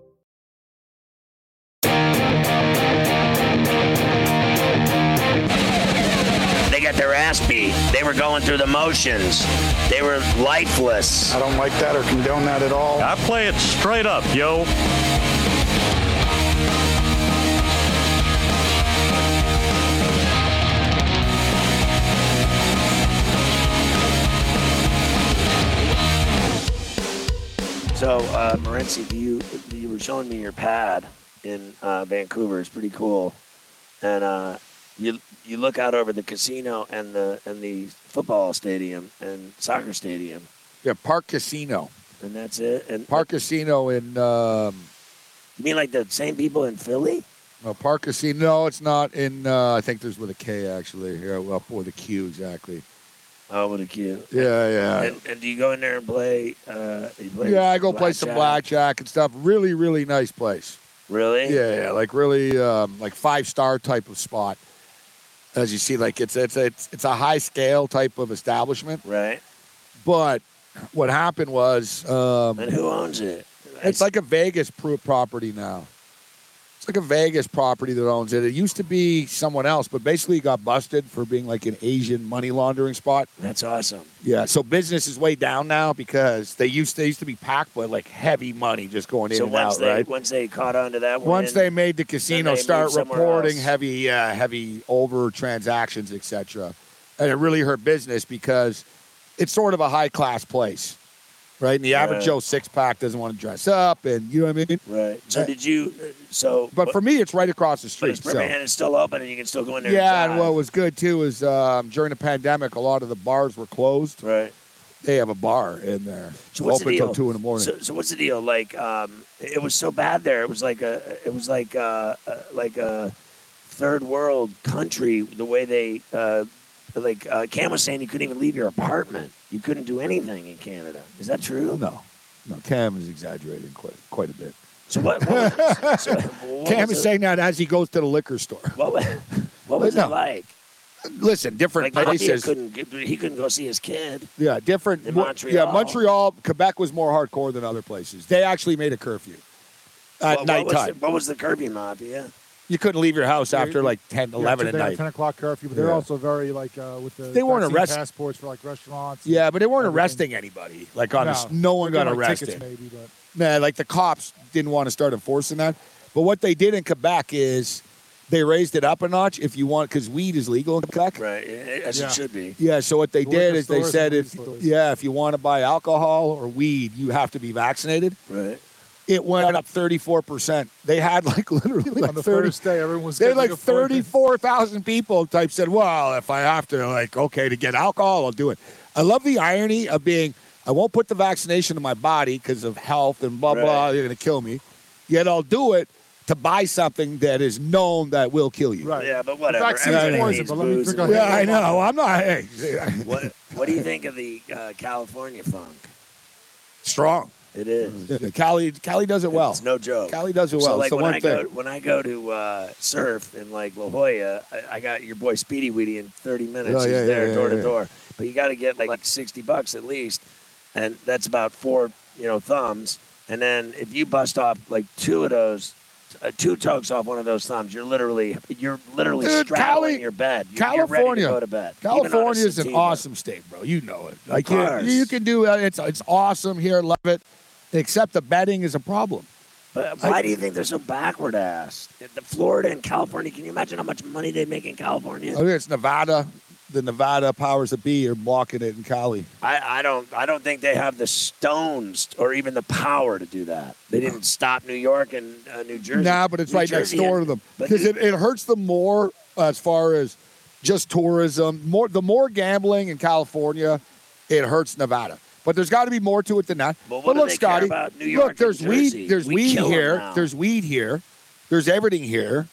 [SPEAKER 1] They got their ass beat. They were going through the motions. They were lifeless.
[SPEAKER 7] I don't like that or condone that at all.
[SPEAKER 8] I play it straight up, yo.
[SPEAKER 1] So, uh, Morency, do you you were showing me your pad in uh, Vancouver. It's pretty cool, and uh, you you look out over the casino and the and the football stadium and soccer stadium,
[SPEAKER 6] Yeah, Park Casino.
[SPEAKER 1] and that's it. And
[SPEAKER 6] Park Casino in um,
[SPEAKER 1] You mean like the same people in Philly?
[SPEAKER 6] no, Park Casino. No, it's not in. Uh, I think there's with a K actually. Yeah, well, with a Q exactly.
[SPEAKER 1] Oh, what a cute.
[SPEAKER 6] Yeah, yeah.
[SPEAKER 1] And, and do you go in there and play? Uh, you play
[SPEAKER 6] yeah, I go play some
[SPEAKER 1] blackjack?
[SPEAKER 6] blackjack and stuff. Really, really nice place.
[SPEAKER 1] Really?
[SPEAKER 6] Yeah, yeah, like really, um, like five star type of spot. As you see, like it's it's it's it's a high scale type of establishment.
[SPEAKER 1] Right.
[SPEAKER 6] But what happened was, um,
[SPEAKER 1] And who owns it?
[SPEAKER 6] it's like a Vegas pro- property now. It's like a Vegas property that owns it. It used to be someone else, but basically he got busted for being like an Asian money laundering spot.
[SPEAKER 1] That's awesome.
[SPEAKER 6] Yeah, so business is way down now because they used they used to be packed with like heavy money just going in
[SPEAKER 1] so
[SPEAKER 6] and
[SPEAKER 1] once
[SPEAKER 6] out,
[SPEAKER 1] they
[SPEAKER 6] right?
[SPEAKER 1] once they caught on to that one,
[SPEAKER 6] Once they made the
[SPEAKER 1] they
[SPEAKER 6] casino
[SPEAKER 1] moved
[SPEAKER 6] start
[SPEAKER 1] somewhere
[SPEAKER 6] reporting
[SPEAKER 1] else.
[SPEAKER 6] heavy, uh, heavy over transactions, etc., and it really hurt business because it's sort of a high class place, right? And the average
[SPEAKER 1] Yeah.
[SPEAKER 6] Joe six pack doesn't want to dress up, and you know what I mean.
[SPEAKER 1] right. So did you? uh, So
[SPEAKER 6] But for me, it's right across the
[SPEAKER 1] but it's
[SPEAKER 6] street. so.
[SPEAKER 1] Birmingham is still open, and you can still go in there.
[SPEAKER 6] Yeah,
[SPEAKER 1] and
[SPEAKER 6] and what was good too is um, during the pandemic, a lot of the bars were closed.
[SPEAKER 1] drive. right.
[SPEAKER 6] They have a bar in there,
[SPEAKER 1] So what's the
[SPEAKER 6] open till
[SPEAKER 1] deal?
[SPEAKER 6] two in the morning.
[SPEAKER 1] So, so what's the deal? Like, um, it was so bad there. It was like a, it was like a, like a third world country. The way they, uh, like, uh, Cam was saying, you couldn't even leave your apartment. You couldn't do anything in Canada. Is that true?
[SPEAKER 6] no, no, Cam is exaggerating quite quite a bit.
[SPEAKER 1] So what? what was, so what
[SPEAKER 6] Cam
[SPEAKER 1] was
[SPEAKER 6] is
[SPEAKER 1] it-
[SPEAKER 6] saying that as he goes to the liquor store.
[SPEAKER 1] What was, what was
[SPEAKER 6] No.
[SPEAKER 1] it like?
[SPEAKER 6] Listen, different
[SPEAKER 1] Like Latvia
[SPEAKER 6] places.
[SPEAKER 1] couldn't get- he couldn't go see his kid.
[SPEAKER 6] Yeah, different.
[SPEAKER 1] In
[SPEAKER 6] mo-
[SPEAKER 1] Montreal.
[SPEAKER 6] Yeah, Montreal, Quebec was more hardcore than other places. They actually made a curfew
[SPEAKER 1] what,
[SPEAKER 6] at
[SPEAKER 1] what was
[SPEAKER 6] nighttime.
[SPEAKER 1] the, what was the Kirby mafia?
[SPEAKER 6] you couldn't leave your house
[SPEAKER 2] Yeah,
[SPEAKER 6] after
[SPEAKER 2] you-
[SPEAKER 6] like 10,
[SPEAKER 2] Yeah,
[SPEAKER 6] 11
[SPEAKER 2] so
[SPEAKER 6] at
[SPEAKER 2] they had a
[SPEAKER 6] night.
[SPEAKER 2] Ten o'clock curfew, but they're
[SPEAKER 6] Yeah.
[SPEAKER 2] also very like uh, with the
[SPEAKER 6] They weren't
[SPEAKER 2] vaccine
[SPEAKER 6] arrest-
[SPEAKER 2] passports for like restaurants.
[SPEAKER 6] Yeah, but they weren't
[SPEAKER 2] Everything.
[SPEAKER 6] arresting anybody. Like on, no, no one
[SPEAKER 2] they're
[SPEAKER 6] got
[SPEAKER 2] doing, like,
[SPEAKER 6] arrested.
[SPEAKER 2] Tickets maybe, but
[SPEAKER 6] Nah, like the cops didn't want to start enforcing that. But what they did in Quebec is they raised it up a notch. If you want, because weed is legal in Quebec.
[SPEAKER 1] Right, as
[SPEAKER 2] Yeah.
[SPEAKER 1] it should be.
[SPEAKER 6] Yeah, so what they
[SPEAKER 2] The
[SPEAKER 6] did
[SPEAKER 2] liquor
[SPEAKER 6] is they
[SPEAKER 2] stores
[SPEAKER 6] said,
[SPEAKER 2] and
[SPEAKER 6] if
[SPEAKER 2] weed stores.
[SPEAKER 6] yeah, if you want to buy alcohol or weed, you have to be vaccinated.
[SPEAKER 1] Right.
[SPEAKER 6] It went up 34 percent. They had like literally like
[SPEAKER 2] on the
[SPEAKER 6] 30.
[SPEAKER 2] first day, everyone was
[SPEAKER 6] They had
[SPEAKER 2] getting,
[SPEAKER 6] like
[SPEAKER 2] a four-
[SPEAKER 6] 34,000 people type said, well, if I have to, like, okay, to get alcohol, I'll do it. I love the irony of being, I won't put the vaccination in my body because of health and blah, blah,
[SPEAKER 1] Right.
[SPEAKER 6] you're going to kill me. Yet I'll do it to buy something that is known that will kill you.
[SPEAKER 2] Right.
[SPEAKER 1] Yeah, but whatever.
[SPEAKER 2] vaccine
[SPEAKER 1] Everybody
[SPEAKER 6] poison,
[SPEAKER 1] needs
[SPEAKER 2] but let me
[SPEAKER 1] booze
[SPEAKER 2] drink
[SPEAKER 1] and
[SPEAKER 2] a-
[SPEAKER 6] Yeah, I know. I'm not, hey,
[SPEAKER 1] What What do you think of the uh, California funk?
[SPEAKER 6] strong.
[SPEAKER 1] It is.
[SPEAKER 6] Cali, Cali does it Mm. well.
[SPEAKER 1] it's no joke.
[SPEAKER 6] Cali does it well.
[SPEAKER 1] So like
[SPEAKER 6] it's the
[SPEAKER 1] when
[SPEAKER 6] one
[SPEAKER 1] I
[SPEAKER 6] thing.
[SPEAKER 1] go when I go to uh, surf in like La Jolla, I, I got your boy Speedy Weedy in thirty minutes.
[SPEAKER 6] Oh,
[SPEAKER 1] He's
[SPEAKER 6] yeah, yeah,
[SPEAKER 1] there
[SPEAKER 6] yeah,
[SPEAKER 1] door
[SPEAKER 6] yeah.
[SPEAKER 1] to door. But you got to get like, like sixty bucks at least, and that's about four you know thumbs. And then if you bust off like two of those, uh, two tugs off one of those thumbs, you're literally you're literally
[SPEAKER 6] Dude,
[SPEAKER 1] straddling
[SPEAKER 6] Cali-
[SPEAKER 1] your bed. You're, you're ready
[SPEAKER 6] California-
[SPEAKER 1] to go to bed. Even on a
[SPEAKER 6] California is an
[SPEAKER 1] sativa.
[SPEAKER 6] awesome state, bro. You know it. Like you,
[SPEAKER 1] course.
[SPEAKER 6] you can do it. It's it's awesome here. Love it. Except the betting is a problem.
[SPEAKER 1] But why do you think they're so backward ass? The Florida and California. Can you imagine how much money they make in California?
[SPEAKER 6] I think it's Nevada. the Nevada powers that be are blocking it in Cali.
[SPEAKER 1] I, I don't I don't think they have the stones or even the power to do that. They didn't stop New York and uh, New Jersey.
[SPEAKER 6] Nah, but it's
[SPEAKER 1] New
[SPEAKER 6] right next
[SPEAKER 1] Jersey
[SPEAKER 6] door to
[SPEAKER 1] and-
[SPEAKER 6] them
[SPEAKER 1] but
[SPEAKER 6] because
[SPEAKER 1] New-
[SPEAKER 6] it, it hurts them more as far as just tourism. More the more gambling in California, it hurts Nevada. But there's got to be more to it than that.
[SPEAKER 1] But what do
[SPEAKER 6] look,
[SPEAKER 1] they care
[SPEAKER 6] Scotty,
[SPEAKER 1] about New York
[SPEAKER 6] look,
[SPEAKER 1] and
[SPEAKER 6] there's
[SPEAKER 1] Jersey?
[SPEAKER 6] weed, there's
[SPEAKER 1] We
[SPEAKER 6] weed
[SPEAKER 1] kill 'em
[SPEAKER 6] here,
[SPEAKER 1] now.
[SPEAKER 6] there's weed here, there's everything here.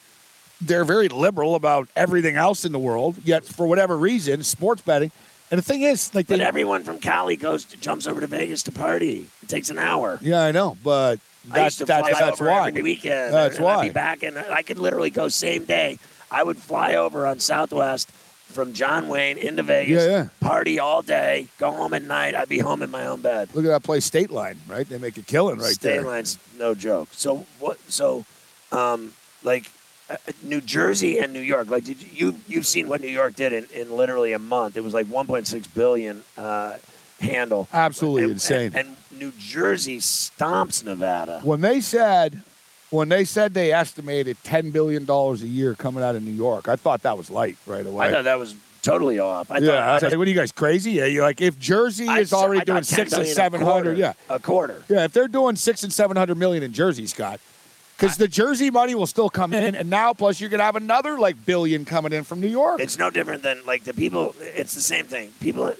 [SPEAKER 6] They're very liberal about everything else in the world. Yet for whatever reason, sports betting. And the thing is, like,
[SPEAKER 1] but
[SPEAKER 6] they,
[SPEAKER 1] everyone from Cali goes to, jumps over to Vegas to party. It takes an hour.
[SPEAKER 6] yeah, I know, but
[SPEAKER 1] I
[SPEAKER 6] that's
[SPEAKER 1] used to
[SPEAKER 6] that's
[SPEAKER 1] fly
[SPEAKER 6] that's
[SPEAKER 1] over
[SPEAKER 6] why.
[SPEAKER 1] every weekend.
[SPEAKER 6] That's
[SPEAKER 1] and I'd
[SPEAKER 6] why.
[SPEAKER 1] be back, and I could literally go same day. I would fly over on Southwest from John Wayne into Vegas,
[SPEAKER 6] Yeah, yeah.
[SPEAKER 1] party all day, go home at night. I'd be home in my own bed.
[SPEAKER 6] Look at that place, State Line, right? They make a killing right
[SPEAKER 1] State
[SPEAKER 6] there.
[SPEAKER 1] line's no joke. So what? So, um, like uh, New Jersey and New York. Like, did you you- you've seen what New York did in, in literally a month? It was like 1.6 billion uh, handle.
[SPEAKER 6] Absolutely
[SPEAKER 1] And-
[SPEAKER 6] insane.
[SPEAKER 1] And, and New Jersey stomps Nevada.
[SPEAKER 6] when they said, when they said they estimated ten billion dollars a year coming out of New York, I thought that was light right away.
[SPEAKER 1] I thought that was totally off. I
[SPEAKER 6] yeah, I
[SPEAKER 1] thought,
[SPEAKER 6] was like, what are you guys crazy? Yeah, you're like, if Jersey
[SPEAKER 1] I-
[SPEAKER 6] is already
[SPEAKER 1] I thought 10
[SPEAKER 6] doing six and
[SPEAKER 1] billion a
[SPEAKER 6] seven hundred,
[SPEAKER 1] quarter.
[SPEAKER 6] yeah,
[SPEAKER 1] a quarter.
[SPEAKER 6] yeah, if they're doing six and seven hundred million in Jersey, Scott, because the Jersey money will still come in, and now plus you're gonna have another like billion coming in from New York.
[SPEAKER 1] It's no different than like the people. It's the same thing. People in,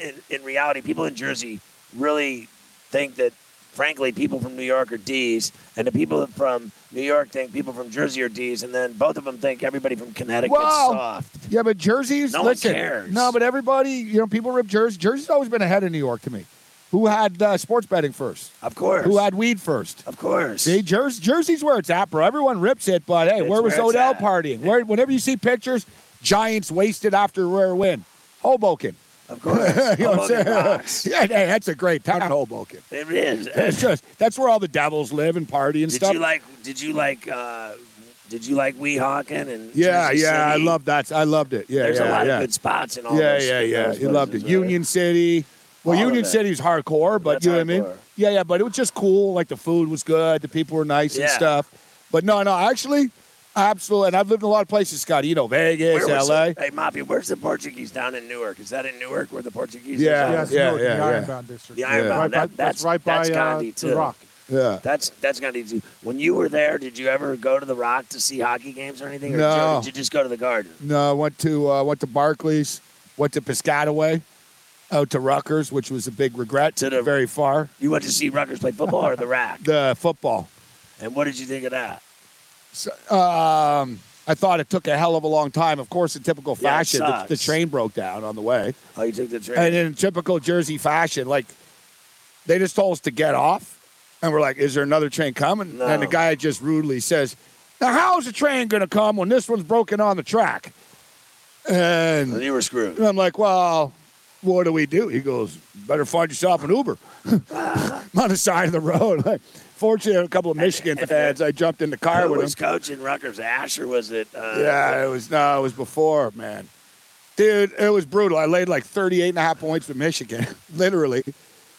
[SPEAKER 1] in, in reality, people in Jersey really think that, frankly, people from New York are D's, and the people from New York think people from Jersey are D's, and then both of them think everybody from Connecticut's
[SPEAKER 6] Well,
[SPEAKER 1] soft.
[SPEAKER 6] Yeah, but Jersey's
[SPEAKER 1] No one
[SPEAKER 6] listen.
[SPEAKER 1] cares.
[SPEAKER 6] No, but everybody, you know, people rip Jersey. Jersey's always been ahead of New York to me. Who had uh, sports betting first?
[SPEAKER 1] Of course.
[SPEAKER 6] Who had weed first?
[SPEAKER 1] Of course.
[SPEAKER 6] See, Jersey, Jersey's where it's at, bro. Everyone rips it, but hey,
[SPEAKER 1] It's
[SPEAKER 6] where was
[SPEAKER 1] where it's
[SPEAKER 6] Odell
[SPEAKER 1] at.
[SPEAKER 6] partying? Where, whenever you see pictures, Giants wasted after a rare win. Hoboken.
[SPEAKER 1] Of course.
[SPEAKER 6] You know what I'm
[SPEAKER 1] Hoboken
[SPEAKER 6] saying? uh,
[SPEAKER 1] rocks.
[SPEAKER 6] yeah, hey, that's a great town, Hoboken.
[SPEAKER 1] It is.
[SPEAKER 6] It's just, that's where all the devils live and party and
[SPEAKER 1] Did
[SPEAKER 6] stuff.
[SPEAKER 1] you like? Did you like? uh Did you like Weehawken and?
[SPEAKER 6] yeah,
[SPEAKER 1] Jersey
[SPEAKER 6] yeah, I
[SPEAKER 1] City?
[SPEAKER 6] love that. I loved it. Yeah,
[SPEAKER 1] There's
[SPEAKER 6] yeah,
[SPEAKER 1] a lot
[SPEAKER 6] yeah.
[SPEAKER 1] of good spots in all.
[SPEAKER 6] yeah,
[SPEAKER 1] those,
[SPEAKER 6] yeah, yeah.
[SPEAKER 1] those
[SPEAKER 6] You loved it.
[SPEAKER 1] places, right?
[SPEAKER 6] Union City. Well,
[SPEAKER 1] All of
[SPEAKER 6] Union
[SPEAKER 1] it.
[SPEAKER 6] City's hardcore, but
[SPEAKER 1] That's
[SPEAKER 6] you know what I mean?
[SPEAKER 1] hardcore.
[SPEAKER 6] Yeah, yeah, but it was just cool. Like the food was good, the people were nice and
[SPEAKER 1] Yeah.
[SPEAKER 6] stuff. But no, no, actually, absolutely. And I've lived in a lot of places, Scotty. You know, Vegas,
[SPEAKER 1] Where was
[SPEAKER 6] LA.
[SPEAKER 1] it? Hey, Mafia, where's the Portuguese down in Newark? Is that in Newark where the Portuguese?
[SPEAKER 6] Yeah.
[SPEAKER 1] Are?
[SPEAKER 2] Yeah,
[SPEAKER 1] down?
[SPEAKER 2] it's
[SPEAKER 6] yeah,
[SPEAKER 2] north,
[SPEAKER 6] yeah,
[SPEAKER 2] the
[SPEAKER 6] yeah.
[SPEAKER 2] Ironbound district.
[SPEAKER 1] The Iron Bound.
[SPEAKER 2] Right by-
[SPEAKER 1] That, that's
[SPEAKER 2] that's right by
[SPEAKER 1] that's
[SPEAKER 2] uh,
[SPEAKER 1] Gandhi too.
[SPEAKER 2] the Rock.
[SPEAKER 6] Yeah.
[SPEAKER 1] That's that's Gandhi too. When you were there, did you ever go to the Rock to see hockey games or anything? Or
[SPEAKER 6] No.
[SPEAKER 1] did you just go to the Garden?
[SPEAKER 6] No, I went to uh, went to Barclays, went to Piscataway, out to Rutgers, which was a big regret.
[SPEAKER 1] To the-
[SPEAKER 6] very far.
[SPEAKER 1] You went to see Rutgers play football or the Rock?
[SPEAKER 6] The football.
[SPEAKER 1] And what did you think of that?
[SPEAKER 6] Um, I thought it took a hell of a long time. Of course, in typical
[SPEAKER 1] Yeah, it
[SPEAKER 6] fashion, the,
[SPEAKER 1] sucks.
[SPEAKER 6] the train broke down on the way.
[SPEAKER 1] Oh, you took the train.
[SPEAKER 6] And in typical Jersey fashion, like they just told us to get off, and we're like, "Is there another train coming?"
[SPEAKER 1] No.
[SPEAKER 6] And the guy just rudely says, "Now how is the train going to come when this one's broken on the track?"
[SPEAKER 1] And
[SPEAKER 6] And
[SPEAKER 1] you were screwed.
[SPEAKER 6] I'm like, "Well, what do we do?" He goes, "Better find yourself an Uber." I'm on the side of the road. Like, fortunately, a couple of Michigan fans. I jumped in the car
[SPEAKER 1] Who
[SPEAKER 6] with him.
[SPEAKER 1] was coaching Rutgers? Asher was it? Uh,
[SPEAKER 6] Yeah, it was no, it was before, man. Dude, it was brutal. I laid like 38 and a half points with Michigan, literally.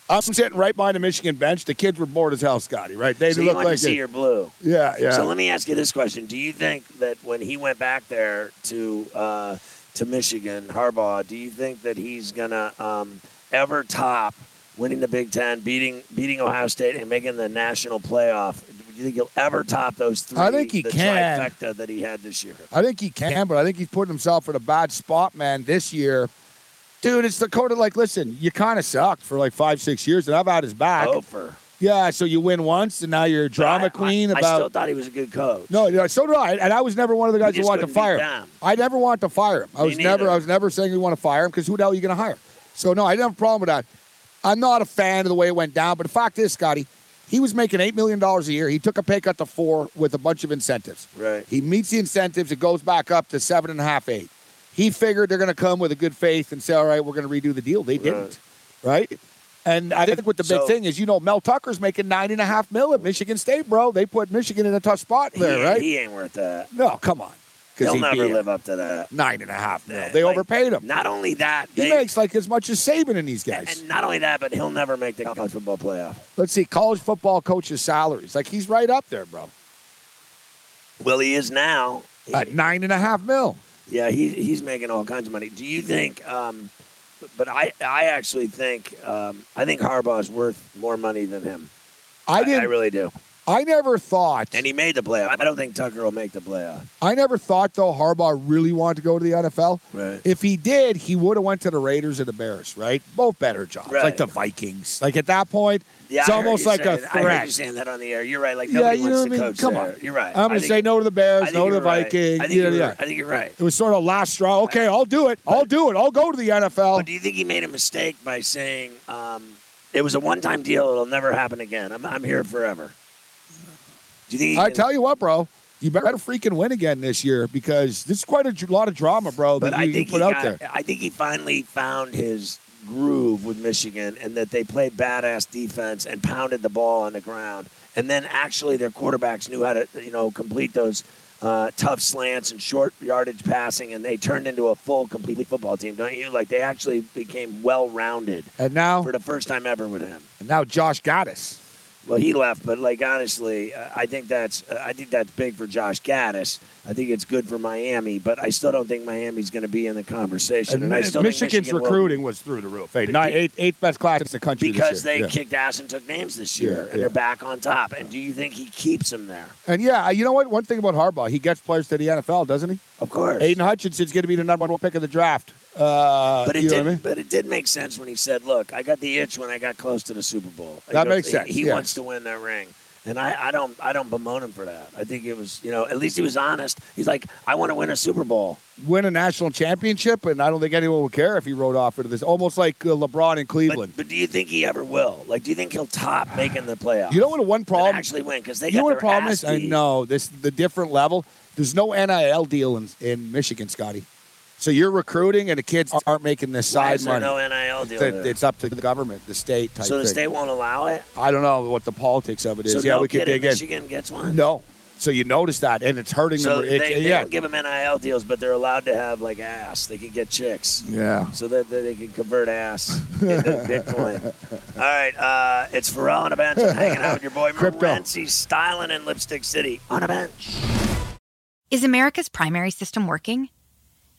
[SPEAKER 6] I'm sitting right behind the Michigan bench. The kids were bored as hell, Scotty, right? They
[SPEAKER 1] So you
[SPEAKER 6] looked
[SPEAKER 1] went
[SPEAKER 6] like
[SPEAKER 1] to see
[SPEAKER 6] they-
[SPEAKER 1] your blue.
[SPEAKER 6] Yeah, yeah.
[SPEAKER 1] So let me ask you this question: Do you think that when he went back there to uh, to Michigan, Harbaugh, do you think that he's gonna um, ever top winning the Big Ten, beating beating Ohio State, and making the national playoff? Do you think he'll ever top those three?
[SPEAKER 6] I think he
[SPEAKER 1] the
[SPEAKER 6] can.
[SPEAKER 1] trifecta that he had this year.
[SPEAKER 6] I think he can, but I think he's putting himself in a bad spot, man, this year. Dude, it's Dakota. Like, listen, you kind of sucked for like five, six years, and I've had his back.
[SPEAKER 1] Over.
[SPEAKER 6] Yeah, so you win once, and now you're a drama
[SPEAKER 1] Oh. I-
[SPEAKER 6] queen
[SPEAKER 1] I,
[SPEAKER 6] about.
[SPEAKER 1] I still thought he was a good coach.
[SPEAKER 6] No, no, so do I. And I was never one of the guys who
[SPEAKER 1] just
[SPEAKER 6] wanted to
[SPEAKER 1] couldn't beat
[SPEAKER 6] fire him.
[SPEAKER 1] them.
[SPEAKER 6] I never wanted to fire him. I
[SPEAKER 1] Me
[SPEAKER 6] was never
[SPEAKER 1] neither.
[SPEAKER 6] I was never saying we want to fire him because who the hell are you gonna hire? So no, I didn't have a problem with that. I'm not a fan of the way it went down, but the fact is, Scotty, he was making eight million dollars a year. He took a pay cut to four with a bunch of incentives.
[SPEAKER 1] Right.
[SPEAKER 6] He meets the incentives, it goes back up to seven and a half, eight. He figured they're gonna come with a good faith and say, All right, we're gonna redo the deal. They didn't. Right? And I think what the big
[SPEAKER 1] So-
[SPEAKER 6] thing is, you know, Mel Tucker's making nine and a half mil at Michigan State, bro. They put Michigan in a tough spot there,
[SPEAKER 1] he,
[SPEAKER 6] right?
[SPEAKER 1] He ain't worth that.
[SPEAKER 6] No, come on.
[SPEAKER 1] He'll
[SPEAKER 6] he'd
[SPEAKER 1] never
[SPEAKER 6] be
[SPEAKER 1] live up to that.
[SPEAKER 6] nine and a half mil.
[SPEAKER 1] Nah,
[SPEAKER 6] They
[SPEAKER 1] like,
[SPEAKER 6] overpaid him.
[SPEAKER 1] Not only that,
[SPEAKER 6] He
[SPEAKER 1] they,
[SPEAKER 6] makes like as much as Saban in these guys.
[SPEAKER 1] and not only that, but he'll never make the college football playoff.
[SPEAKER 6] Let's see, college football coaches' salaries. Like he's right up there, bro.
[SPEAKER 1] Well, he is now.
[SPEAKER 6] At nine and a half mil.
[SPEAKER 1] Yeah, he, he's making all kinds of money. Do you think? Um, but I, I actually think um, I think Harbaugh is worth more money than him.
[SPEAKER 6] I didn't.
[SPEAKER 1] I really do.
[SPEAKER 6] I never thought.
[SPEAKER 1] And he made the playoff. I don't think Tucker will make the playoff.
[SPEAKER 6] I never thought though Harbaugh really wanted to go to the NFL.
[SPEAKER 1] Right.
[SPEAKER 6] If he did, he would have went to the Raiders or the Bears, right? Both better jobs,
[SPEAKER 1] Right.
[SPEAKER 6] like the Vikings. Like at that point,
[SPEAKER 1] Yeah,
[SPEAKER 6] it's
[SPEAKER 1] I heard
[SPEAKER 6] almost
[SPEAKER 1] you
[SPEAKER 6] like
[SPEAKER 1] saying-
[SPEAKER 6] a
[SPEAKER 1] I heard you
[SPEAKER 6] threat.
[SPEAKER 1] saying that on the air. You're right. Like
[SPEAKER 6] yeah,
[SPEAKER 1] nobody
[SPEAKER 6] you know
[SPEAKER 1] wants
[SPEAKER 6] what
[SPEAKER 1] to
[SPEAKER 6] I mean.
[SPEAKER 1] coach
[SPEAKER 6] Come
[SPEAKER 1] there.
[SPEAKER 6] on,
[SPEAKER 1] You're right.
[SPEAKER 6] I'm
[SPEAKER 1] I
[SPEAKER 6] gonna
[SPEAKER 1] think-
[SPEAKER 6] say no to the
[SPEAKER 1] I
[SPEAKER 6] Bears,
[SPEAKER 1] think
[SPEAKER 6] no to the
[SPEAKER 1] you're right.
[SPEAKER 6] Vikings.
[SPEAKER 1] I think
[SPEAKER 6] yeah,
[SPEAKER 1] you're
[SPEAKER 6] yeah.
[SPEAKER 1] right. I think you're right.
[SPEAKER 6] It was sort of last straw. Okay, I'll do it. I'll do it. I'll go to the NFL.
[SPEAKER 1] But do you think he made a mistake by saying um, it was a one-time deal? It'll never happen again. I'm, I'm here forever. Do you think? He
[SPEAKER 6] I
[SPEAKER 1] can-
[SPEAKER 6] tell you what, bro. You better freaking win again this year because this is quite a dr- lot of drama, bro.
[SPEAKER 1] but
[SPEAKER 6] that
[SPEAKER 1] I
[SPEAKER 6] you, you
[SPEAKER 1] think
[SPEAKER 6] put
[SPEAKER 1] he
[SPEAKER 6] out
[SPEAKER 1] got-
[SPEAKER 6] there.
[SPEAKER 1] I think he finally found his groove with Michigan, and that they played badass defense and pounded the ball on the ground, and then actually their quarterbacks knew how to you know complete those. Uh, tough slants and short yardage passing, and they turned into a full, completely football team, don't you? Like they actually became well-rounded
[SPEAKER 6] And now,
[SPEAKER 1] for the first time ever with him.
[SPEAKER 6] and now Josh Gaddis.
[SPEAKER 1] Well, he left, but like honestly, uh, I think that's uh, I think that's big for Josh Gaddis. I think it's good for Miami, but I still don't think Miami's going to be in the conversation. And, I
[SPEAKER 6] Mi-
[SPEAKER 1] still think
[SPEAKER 6] Michigan's
[SPEAKER 1] Michigan will
[SPEAKER 6] recruiting was through the roof. Hey, nine, eight, eighth best class in the country this
[SPEAKER 1] because
[SPEAKER 6] year.
[SPEAKER 1] they
[SPEAKER 6] Yeah.
[SPEAKER 1] kicked ass and took names this year,
[SPEAKER 6] Yeah,
[SPEAKER 1] and
[SPEAKER 6] yeah.
[SPEAKER 1] they're back on top. And do you think he keeps them there?
[SPEAKER 6] And yeah, you know what? One thing about Harbaugh, he gets players to the NFL, doesn't he?
[SPEAKER 1] Of course.
[SPEAKER 6] Aiden Hutchinson's going to be the number one pick of the draft. Uh,
[SPEAKER 1] But it
[SPEAKER 6] you know
[SPEAKER 1] did.
[SPEAKER 6] what I mean?
[SPEAKER 1] But it did make sense when he said, "Look, I got the itch when I got close to the Super Bowl." He
[SPEAKER 6] That
[SPEAKER 1] goes-
[SPEAKER 6] makes sense,
[SPEAKER 1] He, he
[SPEAKER 6] yes.
[SPEAKER 1] wants to win that ring, and I, I don't, I don't bemoan him for that. I think it was, you know, at least he was honest. He's like, "I want to win a Super Bowl."
[SPEAKER 6] Win a national championship, and I don't think anyone would care if he rode off into this. Almost like uh, LeBron in Cleveland.
[SPEAKER 1] But, but do you think he ever will? Like, do you think he'll top making the playoffs?
[SPEAKER 6] you know what? The one
[SPEAKER 1] And
[SPEAKER 6] problem.
[SPEAKER 1] actually win because they
[SPEAKER 6] you know
[SPEAKER 1] got
[SPEAKER 6] what
[SPEAKER 1] their
[SPEAKER 6] the problem
[SPEAKER 1] ass
[SPEAKER 6] is? I
[SPEAKER 1] beat.
[SPEAKER 6] know this the different level. There's no NIL deal in, in Michigan, Scotty. So you're recruiting, and the kids aren't making this
[SPEAKER 1] Why
[SPEAKER 6] side
[SPEAKER 1] is there
[SPEAKER 6] money.
[SPEAKER 1] no NIL deal
[SPEAKER 6] That-
[SPEAKER 1] there?
[SPEAKER 6] it's up to the government, the state type
[SPEAKER 1] so the
[SPEAKER 6] thing.
[SPEAKER 1] state won't allow it.
[SPEAKER 6] I don't know what the politics of it is.
[SPEAKER 1] So
[SPEAKER 6] yeah,
[SPEAKER 1] no
[SPEAKER 6] we could
[SPEAKER 1] kid in
[SPEAKER 6] dig in.
[SPEAKER 1] Michigan gets one.
[SPEAKER 6] No. So you notice that, and it's hurting
[SPEAKER 1] So
[SPEAKER 6] them. It-
[SPEAKER 1] they, they
[SPEAKER 6] yeah.
[SPEAKER 1] don't give them NIL deals, but they're allowed to have like ass. They can get chicks.
[SPEAKER 6] yeah.
[SPEAKER 1] So that, that they can convert ass into Bitcoin. All right, uh, it's Pharrell on a bench. I'm hanging out with your boy
[SPEAKER 6] Crypto.
[SPEAKER 1] Morency, styling in Lipstick City on a bench.
[SPEAKER 3] Is America's primary system working?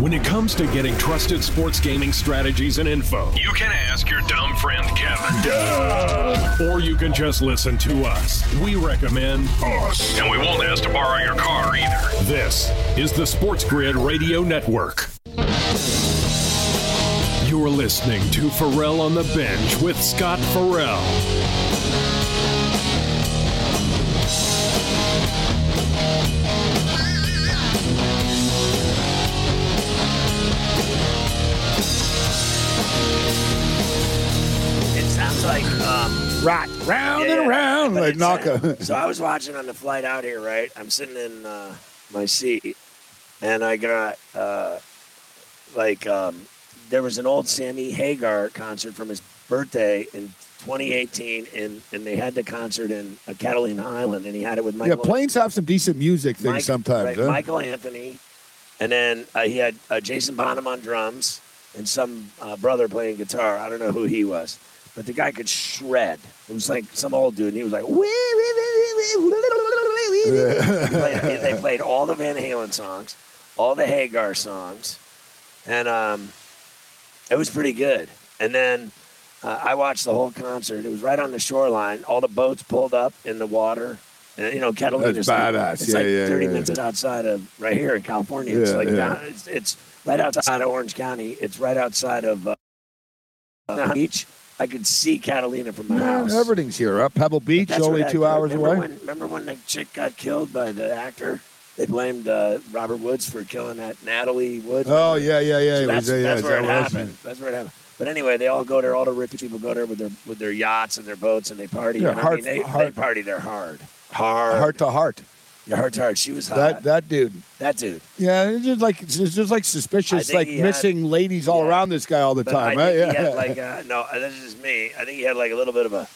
[SPEAKER 5] When it comes to getting trusted sports gaming strategies and info, you can ask your dumb friend Kevin. Or you can just listen to us. We recommend us. And we won't ask to borrow your car either. This is the Sports Grid Radio Network. You're listening to Pharrell on the Bench with Scott Pharrell.
[SPEAKER 1] It sounds like um,
[SPEAKER 6] Right. Round
[SPEAKER 1] yeah,
[SPEAKER 6] and
[SPEAKER 1] yeah,
[SPEAKER 6] round.
[SPEAKER 1] but
[SPEAKER 6] Like
[SPEAKER 1] it's,
[SPEAKER 6] knock
[SPEAKER 1] uh,
[SPEAKER 6] a.
[SPEAKER 1] so I was watching on the flight out here, right? I'm sitting in uh, my seat, and I got uh, like um, there was an old Sammy Hagar concert from his birthday in 2018, and, and they had the concert in uh, Catalina Island, and he had it with
[SPEAKER 6] yeah,
[SPEAKER 1] Michael.
[SPEAKER 6] planes have some decent music things
[SPEAKER 1] Mike-
[SPEAKER 6] sometimes.
[SPEAKER 1] right,
[SPEAKER 6] huh?
[SPEAKER 1] Michael Anthony, and then uh, he had uh, Jason Bonham on drums and some uh, brother playing guitar. I don't know who he was, but the guy could shred. It was like some old dude, and he was like, "Wee, wee, wee, wee, wee, wee, wee, wee, wee." He played- they played all the Van Halen songs, all the Hagar songs, and um, it was pretty good. And then uh, I watched the whole concert. It was right on the shoreline. All the boats pulled up in the water. And, you know, Catalina
[SPEAKER 6] That's
[SPEAKER 1] is like-
[SPEAKER 6] badass.
[SPEAKER 1] It's
[SPEAKER 6] Yeah,
[SPEAKER 1] like
[SPEAKER 6] yeah,
[SPEAKER 1] 30
[SPEAKER 6] yeah.
[SPEAKER 1] minutes outside of right here in California. it's
[SPEAKER 6] Yeah,
[SPEAKER 1] like
[SPEAKER 6] yeah.
[SPEAKER 1] down- it's, it's right outside of Orange County. It's right outside of uh, uh, beach. I could see Catalina from my
[SPEAKER 6] Man,
[SPEAKER 1] house.
[SPEAKER 6] everything's here. Up Pebble Beach,
[SPEAKER 1] That's
[SPEAKER 6] only
[SPEAKER 1] what I-
[SPEAKER 6] two hours
[SPEAKER 1] remember
[SPEAKER 6] away.
[SPEAKER 1] When, remember when the chick got killed by the actor? They blamed uh, Robert Woods for killing that Natalie Woods.
[SPEAKER 6] Oh yeah,
[SPEAKER 1] So
[SPEAKER 6] yeah, yeah. it
[SPEAKER 1] that's,
[SPEAKER 6] was, uh, yeah,
[SPEAKER 1] that's
[SPEAKER 6] is
[SPEAKER 1] where it
[SPEAKER 6] that what else?
[SPEAKER 1] happened. That's where it happened. But anyway, they all go there. All the rich people go there with their with their yachts and their boats, and they party.
[SPEAKER 6] Yeah,
[SPEAKER 1] And I
[SPEAKER 6] heart-
[SPEAKER 1] mean, they,
[SPEAKER 6] heart-
[SPEAKER 1] they party there hard, hard,
[SPEAKER 6] Heart to heart.
[SPEAKER 1] Yeah, heart to heart. She was hot.
[SPEAKER 6] That
[SPEAKER 1] That,
[SPEAKER 6] that dude.
[SPEAKER 1] dude.
[SPEAKER 6] Yeah, it's just like it's just
[SPEAKER 1] I
[SPEAKER 6] like suspicious,
[SPEAKER 1] think
[SPEAKER 6] like
[SPEAKER 1] he had-
[SPEAKER 6] missing ladies all around this guy all the
[SPEAKER 1] But
[SPEAKER 6] time.
[SPEAKER 1] I
[SPEAKER 6] right?
[SPEAKER 1] think
[SPEAKER 6] Yeah.
[SPEAKER 1] he had like a, no, this is me. I think he had like a little bit of a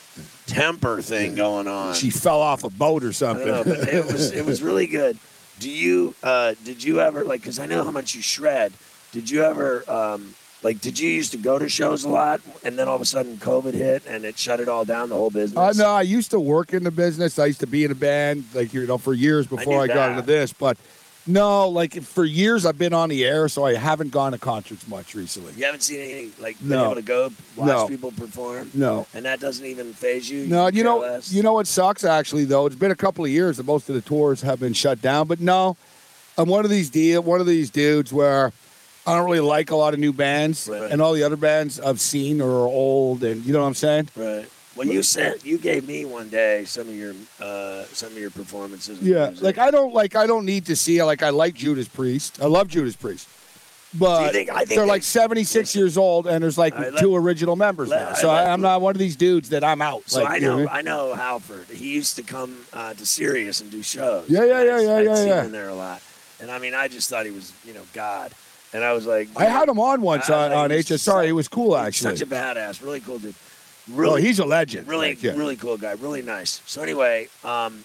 [SPEAKER 1] temper thing going on.
[SPEAKER 6] she fell off a boat or
[SPEAKER 1] I
[SPEAKER 6] something.
[SPEAKER 1] don't know, but it was it was really good. Do you uh, did you ever like? Because I know how much you shred. Did you ever um, like? Did you used to go to shows a lot, and then all of a sudden COVID hit, and it shut it all down, the whole business.
[SPEAKER 6] Uh, no, I used to work in the business. I used to be in a band, like you know, for years before
[SPEAKER 1] knew
[SPEAKER 6] I, got
[SPEAKER 1] that.
[SPEAKER 6] into this. But no, like for years I've been on the air, so I haven't gone to concerts much recently.
[SPEAKER 1] You haven't seen anything like been
[SPEAKER 6] No.
[SPEAKER 1] able to go watch
[SPEAKER 6] No.
[SPEAKER 1] people perform.
[SPEAKER 6] No.
[SPEAKER 1] and that doesn't even phase you.
[SPEAKER 6] No,
[SPEAKER 1] could
[SPEAKER 6] you
[SPEAKER 1] care
[SPEAKER 6] know,
[SPEAKER 1] less?
[SPEAKER 6] you know what sucks actually though. It's been a couple of years that most of the tours have been shut down. But no, I'm one of these deal, one of these dudes where I don't really like a lot of new bands,
[SPEAKER 1] Right.
[SPEAKER 6] and all the other bands I've seen are old, and you know what I'm saying.
[SPEAKER 1] right? Well, you sent you gave me one day some of your uh, some of your performances. and
[SPEAKER 6] Yeah,
[SPEAKER 1] music.
[SPEAKER 6] like I don't like I don't need to see like I like Judas Priest. I love Judas Priest.
[SPEAKER 1] Do
[SPEAKER 6] But
[SPEAKER 1] you think- I think
[SPEAKER 6] they're
[SPEAKER 1] they-
[SPEAKER 6] like 76 years old and there's like
[SPEAKER 1] All right, let-
[SPEAKER 6] two original members
[SPEAKER 1] let-
[SPEAKER 6] now.
[SPEAKER 1] I
[SPEAKER 6] So I,
[SPEAKER 1] let-
[SPEAKER 6] I'm not one of these dudes that I'm out.
[SPEAKER 1] So
[SPEAKER 6] like,
[SPEAKER 1] I
[SPEAKER 6] you
[SPEAKER 1] know,
[SPEAKER 6] what I mean?
[SPEAKER 1] I know Halford. He used to come uh, to Sirius and do shows.
[SPEAKER 6] Yeah, yeah, yeah,
[SPEAKER 1] I'd-
[SPEAKER 6] yeah,
[SPEAKER 1] I'd
[SPEAKER 6] yeah,
[SPEAKER 1] seen
[SPEAKER 6] yeah.
[SPEAKER 1] him there a lot, and I mean, I just thought he was, you know, God. And I was like,
[SPEAKER 6] I had him on once
[SPEAKER 1] I- I
[SPEAKER 6] on,
[SPEAKER 1] like
[SPEAKER 6] on
[SPEAKER 1] he's
[SPEAKER 6] HSR.
[SPEAKER 1] such-
[SPEAKER 6] He was cool
[SPEAKER 1] He's
[SPEAKER 6] actually.
[SPEAKER 1] Such a badass, really cool dude.
[SPEAKER 6] Well,
[SPEAKER 1] Really,
[SPEAKER 6] Oh, he's a legend.
[SPEAKER 1] really,
[SPEAKER 6] like, yeah.
[SPEAKER 1] really cool guy. Really nice. So anyway, um,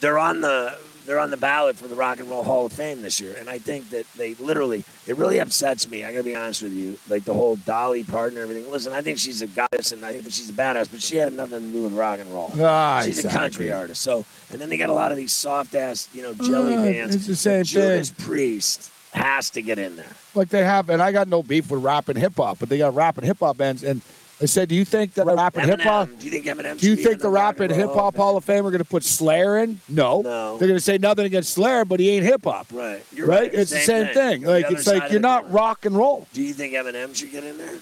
[SPEAKER 1] they're on the they're on the ballot for the Rock and Roll Hall of Fame this year, and I think that they literally it really upsets me. I gotta be honest with you, like the whole Dolly Parton and everything. Listen, I think she's a goddess, and I think that she's a badass, but she had nothing to do with rock and roll.
[SPEAKER 6] Ah,
[SPEAKER 1] she's a
[SPEAKER 6] exactly.
[SPEAKER 1] country artist. So, and then they got a lot of these soft ass, you know, jelly
[SPEAKER 6] Uh,
[SPEAKER 1] bands.
[SPEAKER 6] it's the same
[SPEAKER 1] Judas Priest has to get in there.
[SPEAKER 6] Like they have, and I got no beef with rap and hip hop, but they got rap and hip hop bands. And I said, do you think that rap and hip hop?
[SPEAKER 1] Eminem, do you think Eminem?
[SPEAKER 6] Do
[SPEAKER 1] should
[SPEAKER 6] you
[SPEAKER 1] be in
[SPEAKER 6] think the
[SPEAKER 1] Rock
[SPEAKER 6] Rap and
[SPEAKER 1] and Roll
[SPEAKER 6] Hip Hop
[SPEAKER 1] Hall?
[SPEAKER 6] Hall of Fame are going to put Slayer in? No.
[SPEAKER 1] No.
[SPEAKER 6] They're going to say nothing against Slayer, but he ain't hip hop.
[SPEAKER 1] Right. You're
[SPEAKER 6] Right? It's the same thing. Like,
[SPEAKER 1] other
[SPEAKER 6] it's
[SPEAKER 1] side
[SPEAKER 6] like
[SPEAKER 1] of
[SPEAKER 6] you're
[SPEAKER 1] the
[SPEAKER 6] not
[SPEAKER 1] coin.
[SPEAKER 6] rock and roll.
[SPEAKER 1] Do you think Eminem should get in there?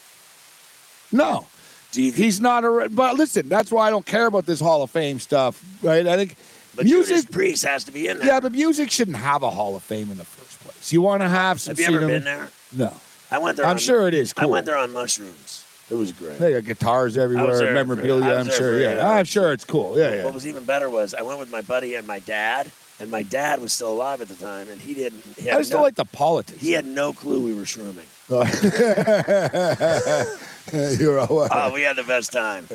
[SPEAKER 6] No.
[SPEAKER 1] Do you think
[SPEAKER 6] He's not a. But listen, that's why I don't care about this Hall of Fame stuff, right? I think
[SPEAKER 1] but Judas
[SPEAKER 6] music.
[SPEAKER 1] Priest has to be in there?
[SPEAKER 6] Yeah, but music shouldn't have a Hall of Fame in the first place. You want to have some
[SPEAKER 1] Have you ever
[SPEAKER 6] freedom-
[SPEAKER 1] been there?
[SPEAKER 6] No.
[SPEAKER 1] I went there.
[SPEAKER 6] I'm
[SPEAKER 1] on-
[SPEAKER 6] sure it is
[SPEAKER 1] I
[SPEAKER 6] cool.
[SPEAKER 1] went there on mushrooms. It was great.
[SPEAKER 6] They got guitars everywhere,
[SPEAKER 1] there for-
[SPEAKER 6] memorabilia.
[SPEAKER 1] I was
[SPEAKER 6] I'm
[SPEAKER 1] there
[SPEAKER 6] sure.
[SPEAKER 1] for
[SPEAKER 6] Yeah,
[SPEAKER 1] eight
[SPEAKER 6] I'm
[SPEAKER 1] hours.
[SPEAKER 6] sure it's cool. Yeah, yeah.
[SPEAKER 1] uh, What was even better was I went with my buddy and my dad, and my dad was still alive at the time, and he didn't. He had
[SPEAKER 6] I just
[SPEAKER 1] no,
[SPEAKER 6] don't like the politics.
[SPEAKER 1] He had no clue we were shrooming.
[SPEAKER 6] You're all right.
[SPEAKER 1] Oh, we had the best time.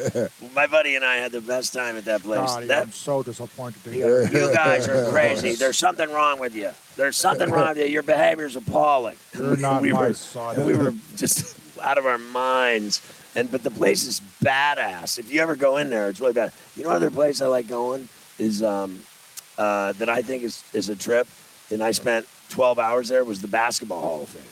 [SPEAKER 1] My buddy and I had the best time at that place.
[SPEAKER 2] Donnie,
[SPEAKER 1] that
[SPEAKER 2] I'm so disappointed to hear. that.
[SPEAKER 1] You guys are crazy. There's something wrong with you. There's something wrong with you. Your behavior's appalling.
[SPEAKER 2] You're not
[SPEAKER 1] we
[SPEAKER 2] my
[SPEAKER 1] were,
[SPEAKER 2] son.
[SPEAKER 1] We were just out of our minds. And but the place is badass. If you ever go in there, it's really bad. You know, other place I like going is um, uh, that I think is is a trip. And I spent 12 hours there. Was the Basketball Hall of Fame.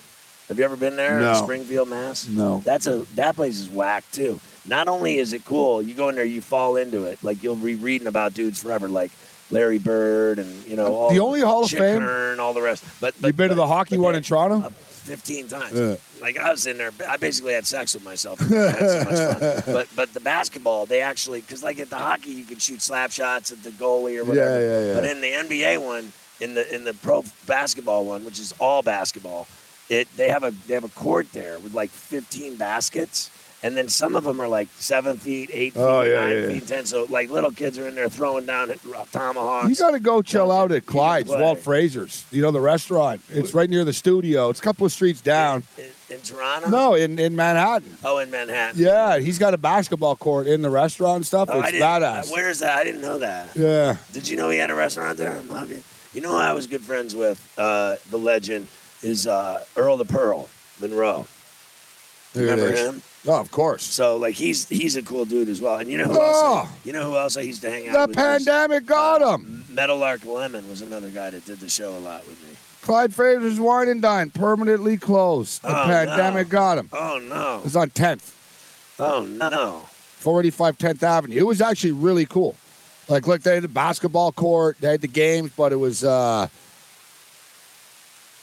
[SPEAKER 1] Have you ever been there?
[SPEAKER 6] No.
[SPEAKER 1] In Springfield, Mass.
[SPEAKER 6] No.
[SPEAKER 1] That's a that place is whack too. Not only is it cool, you go in there, you fall into it. Like you'll be reading about dudes forever, like Larry Bird and you know all
[SPEAKER 6] The only Hall of
[SPEAKER 1] Chick
[SPEAKER 6] Fame-
[SPEAKER 1] Hearn, all the rest. But, but
[SPEAKER 6] You been to the hockey
[SPEAKER 1] but
[SPEAKER 6] one
[SPEAKER 1] they-
[SPEAKER 6] in Toronto?
[SPEAKER 1] uh, Fifteen times.
[SPEAKER 6] Yeah.
[SPEAKER 1] Like I was in there, I basically had sex with myself. I had so much fun. But but the basketball, they actually because like at the hockey, you can shoot slap shots at the goalie or whatever.
[SPEAKER 6] Yeah, yeah, yeah.
[SPEAKER 1] But in the NBA one, in the in the pro basketball one, which is all basketball, it they have a they have a court there with like 15 baskets, and then some of them are like seven feet, eight feet,
[SPEAKER 6] Oh, yeah,
[SPEAKER 1] nine
[SPEAKER 6] yeah, yeah.
[SPEAKER 1] feet, ten. So like little kids are in there throwing down at uh, tomahawks.
[SPEAKER 6] You got to go chill out at Clyde's,
[SPEAKER 1] play.
[SPEAKER 6] Walt Fraser's. You know the restaurant. It's right near the studio. It's a couple of streets down.
[SPEAKER 1] It- in Toronto?
[SPEAKER 6] No, in, in Manhattan.
[SPEAKER 1] Oh, in Manhattan.
[SPEAKER 6] Yeah, he's got a basketball court in the restaurant and stuff.
[SPEAKER 1] Oh, I
[SPEAKER 6] it's
[SPEAKER 1] didn't-
[SPEAKER 6] badass.
[SPEAKER 1] Where is that? I didn't know that.
[SPEAKER 6] Yeah.
[SPEAKER 1] Did you know he had a restaurant there? Love it. You know who I was good friends with uh, the legend is uh, Earl the Pearl Monroe.
[SPEAKER 6] There it
[SPEAKER 1] Remember
[SPEAKER 6] is.
[SPEAKER 1] him?
[SPEAKER 6] Oh, of course.
[SPEAKER 1] So like he's he's a cool dude as well. And you know who else?
[SPEAKER 6] Oh.
[SPEAKER 1] I, you know who else I used to hang out
[SPEAKER 6] The
[SPEAKER 1] with? was
[SPEAKER 6] pandemic got him.
[SPEAKER 1] Metalark Lemon was another guy that did the show a lot with me.
[SPEAKER 6] Clyde Fraser's Wine and Dine permanently closed. The
[SPEAKER 1] Oh,
[SPEAKER 6] pandemic
[SPEAKER 1] no.
[SPEAKER 6] got him.
[SPEAKER 1] Oh no.
[SPEAKER 6] It was on 10th,
[SPEAKER 1] Oh no.
[SPEAKER 6] 485 10th Avenue. It was actually really cool. Like, look, they had the basketball court, they had the games, but it was, uh,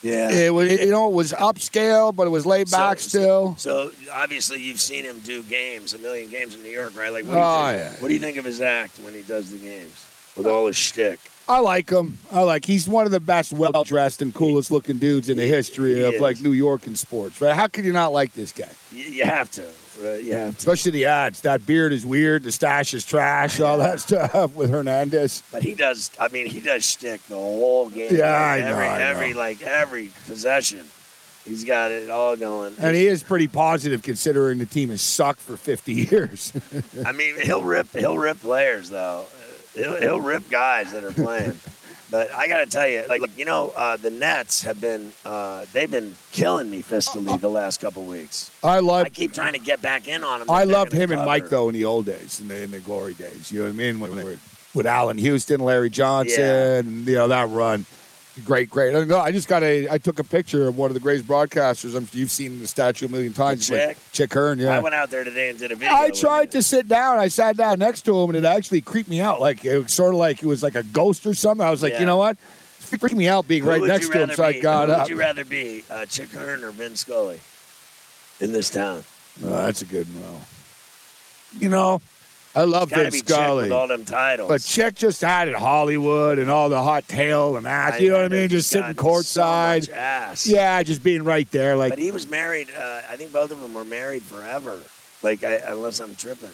[SPEAKER 1] Yeah.
[SPEAKER 6] it was, you know, it was upscale, but it was laid
[SPEAKER 1] So-
[SPEAKER 6] back still.
[SPEAKER 1] So obviously you've seen him do games, a million games in New York, right? Like, what,
[SPEAKER 6] Oh,
[SPEAKER 1] do, you think,
[SPEAKER 6] yeah.
[SPEAKER 1] what do you think of his act when he does the games with all his shtick?
[SPEAKER 6] I like him. I like. He's one of the best, well dressed, and coolest looking dudes in the history
[SPEAKER 1] He
[SPEAKER 6] of
[SPEAKER 1] is.
[SPEAKER 6] like New York and sports. Right? How could you not like this guy?
[SPEAKER 1] You, you have to, right? You have to.
[SPEAKER 6] Especially the ads. That beard is weird. The stash is trash. All that stuff with Hernandez.
[SPEAKER 1] But he does. I mean, he does shtick the whole game.
[SPEAKER 6] Yeah, I
[SPEAKER 1] like,
[SPEAKER 6] know,
[SPEAKER 1] every
[SPEAKER 6] I know.
[SPEAKER 1] every like every possession, he's got it all going.
[SPEAKER 6] And he is pretty positive considering the team has sucked for 50 years.
[SPEAKER 1] I mean, he'll rip. He'll rip players though. He'll, he'll rip guys that are playing. but I gotta tell you, like you know, uh, the Nets have been uh, they've been killing me fiscally the last couple weeks.
[SPEAKER 6] I love.
[SPEAKER 1] I keep trying to get back in on him.
[SPEAKER 6] I
[SPEAKER 1] but they're
[SPEAKER 6] loved
[SPEAKER 1] gonna
[SPEAKER 6] him and
[SPEAKER 1] cover.
[SPEAKER 6] Mike though in the old days, in the, in the glory days. You know what I mean? When they were with Allen Houston, Larry Johnson,
[SPEAKER 1] Yeah.
[SPEAKER 6] and, you know that run. Great, great. I, know, I just got a. I took a picture of one of the greatest broadcasters. I'm, you've seen the statue a million times. It's
[SPEAKER 1] chick?
[SPEAKER 6] Like Chick Hearn. Yeah.
[SPEAKER 1] I went out there today and did a video.
[SPEAKER 6] I
[SPEAKER 1] with
[SPEAKER 6] tried
[SPEAKER 1] him.
[SPEAKER 6] to sit down. I sat down next to him, and it actually creeped me out. Like it was sort of like it was like a ghost or something. I was like,
[SPEAKER 1] Yeah.
[SPEAKER 6] you know what? It freaked me out being
[SPEAKER 1] Who
[SPEAKER 6] right
[SPEAKER 1] would you
[SPEAKER 6] next to him.
[SPEAKER 1] rather
[SPEAKER 6] So I
[SPEAKER 1] be-
[SPEAKER 6] got
[SPEAKER 1] who
[SPEAKER 6] up.
[SPEAKER 1] Would you rather be uh, Chick Hearn or Vin Scully in this town?
[SPEAKER 6] Oh, that's a good one. You know, I love
[SPEAKER 1] Gotta
[SPEAKER 6] Vince
[SPEAKER 1] be Chick
[SPEAKER 6] Scully.
[SPEAKER 1] with all them titles.
[SPEAKER 6] But Chick just had it Hollywood and all the hot tail and ass. You know what I mean? Just sitting courtside.
[SPEAKER 1] yeah.
[SPEAKER 6] yeah, just being right there. Like
[SPEAKER 1] but he was married. Uh, I think both of them were married forever. Like I, unless I'm tripping,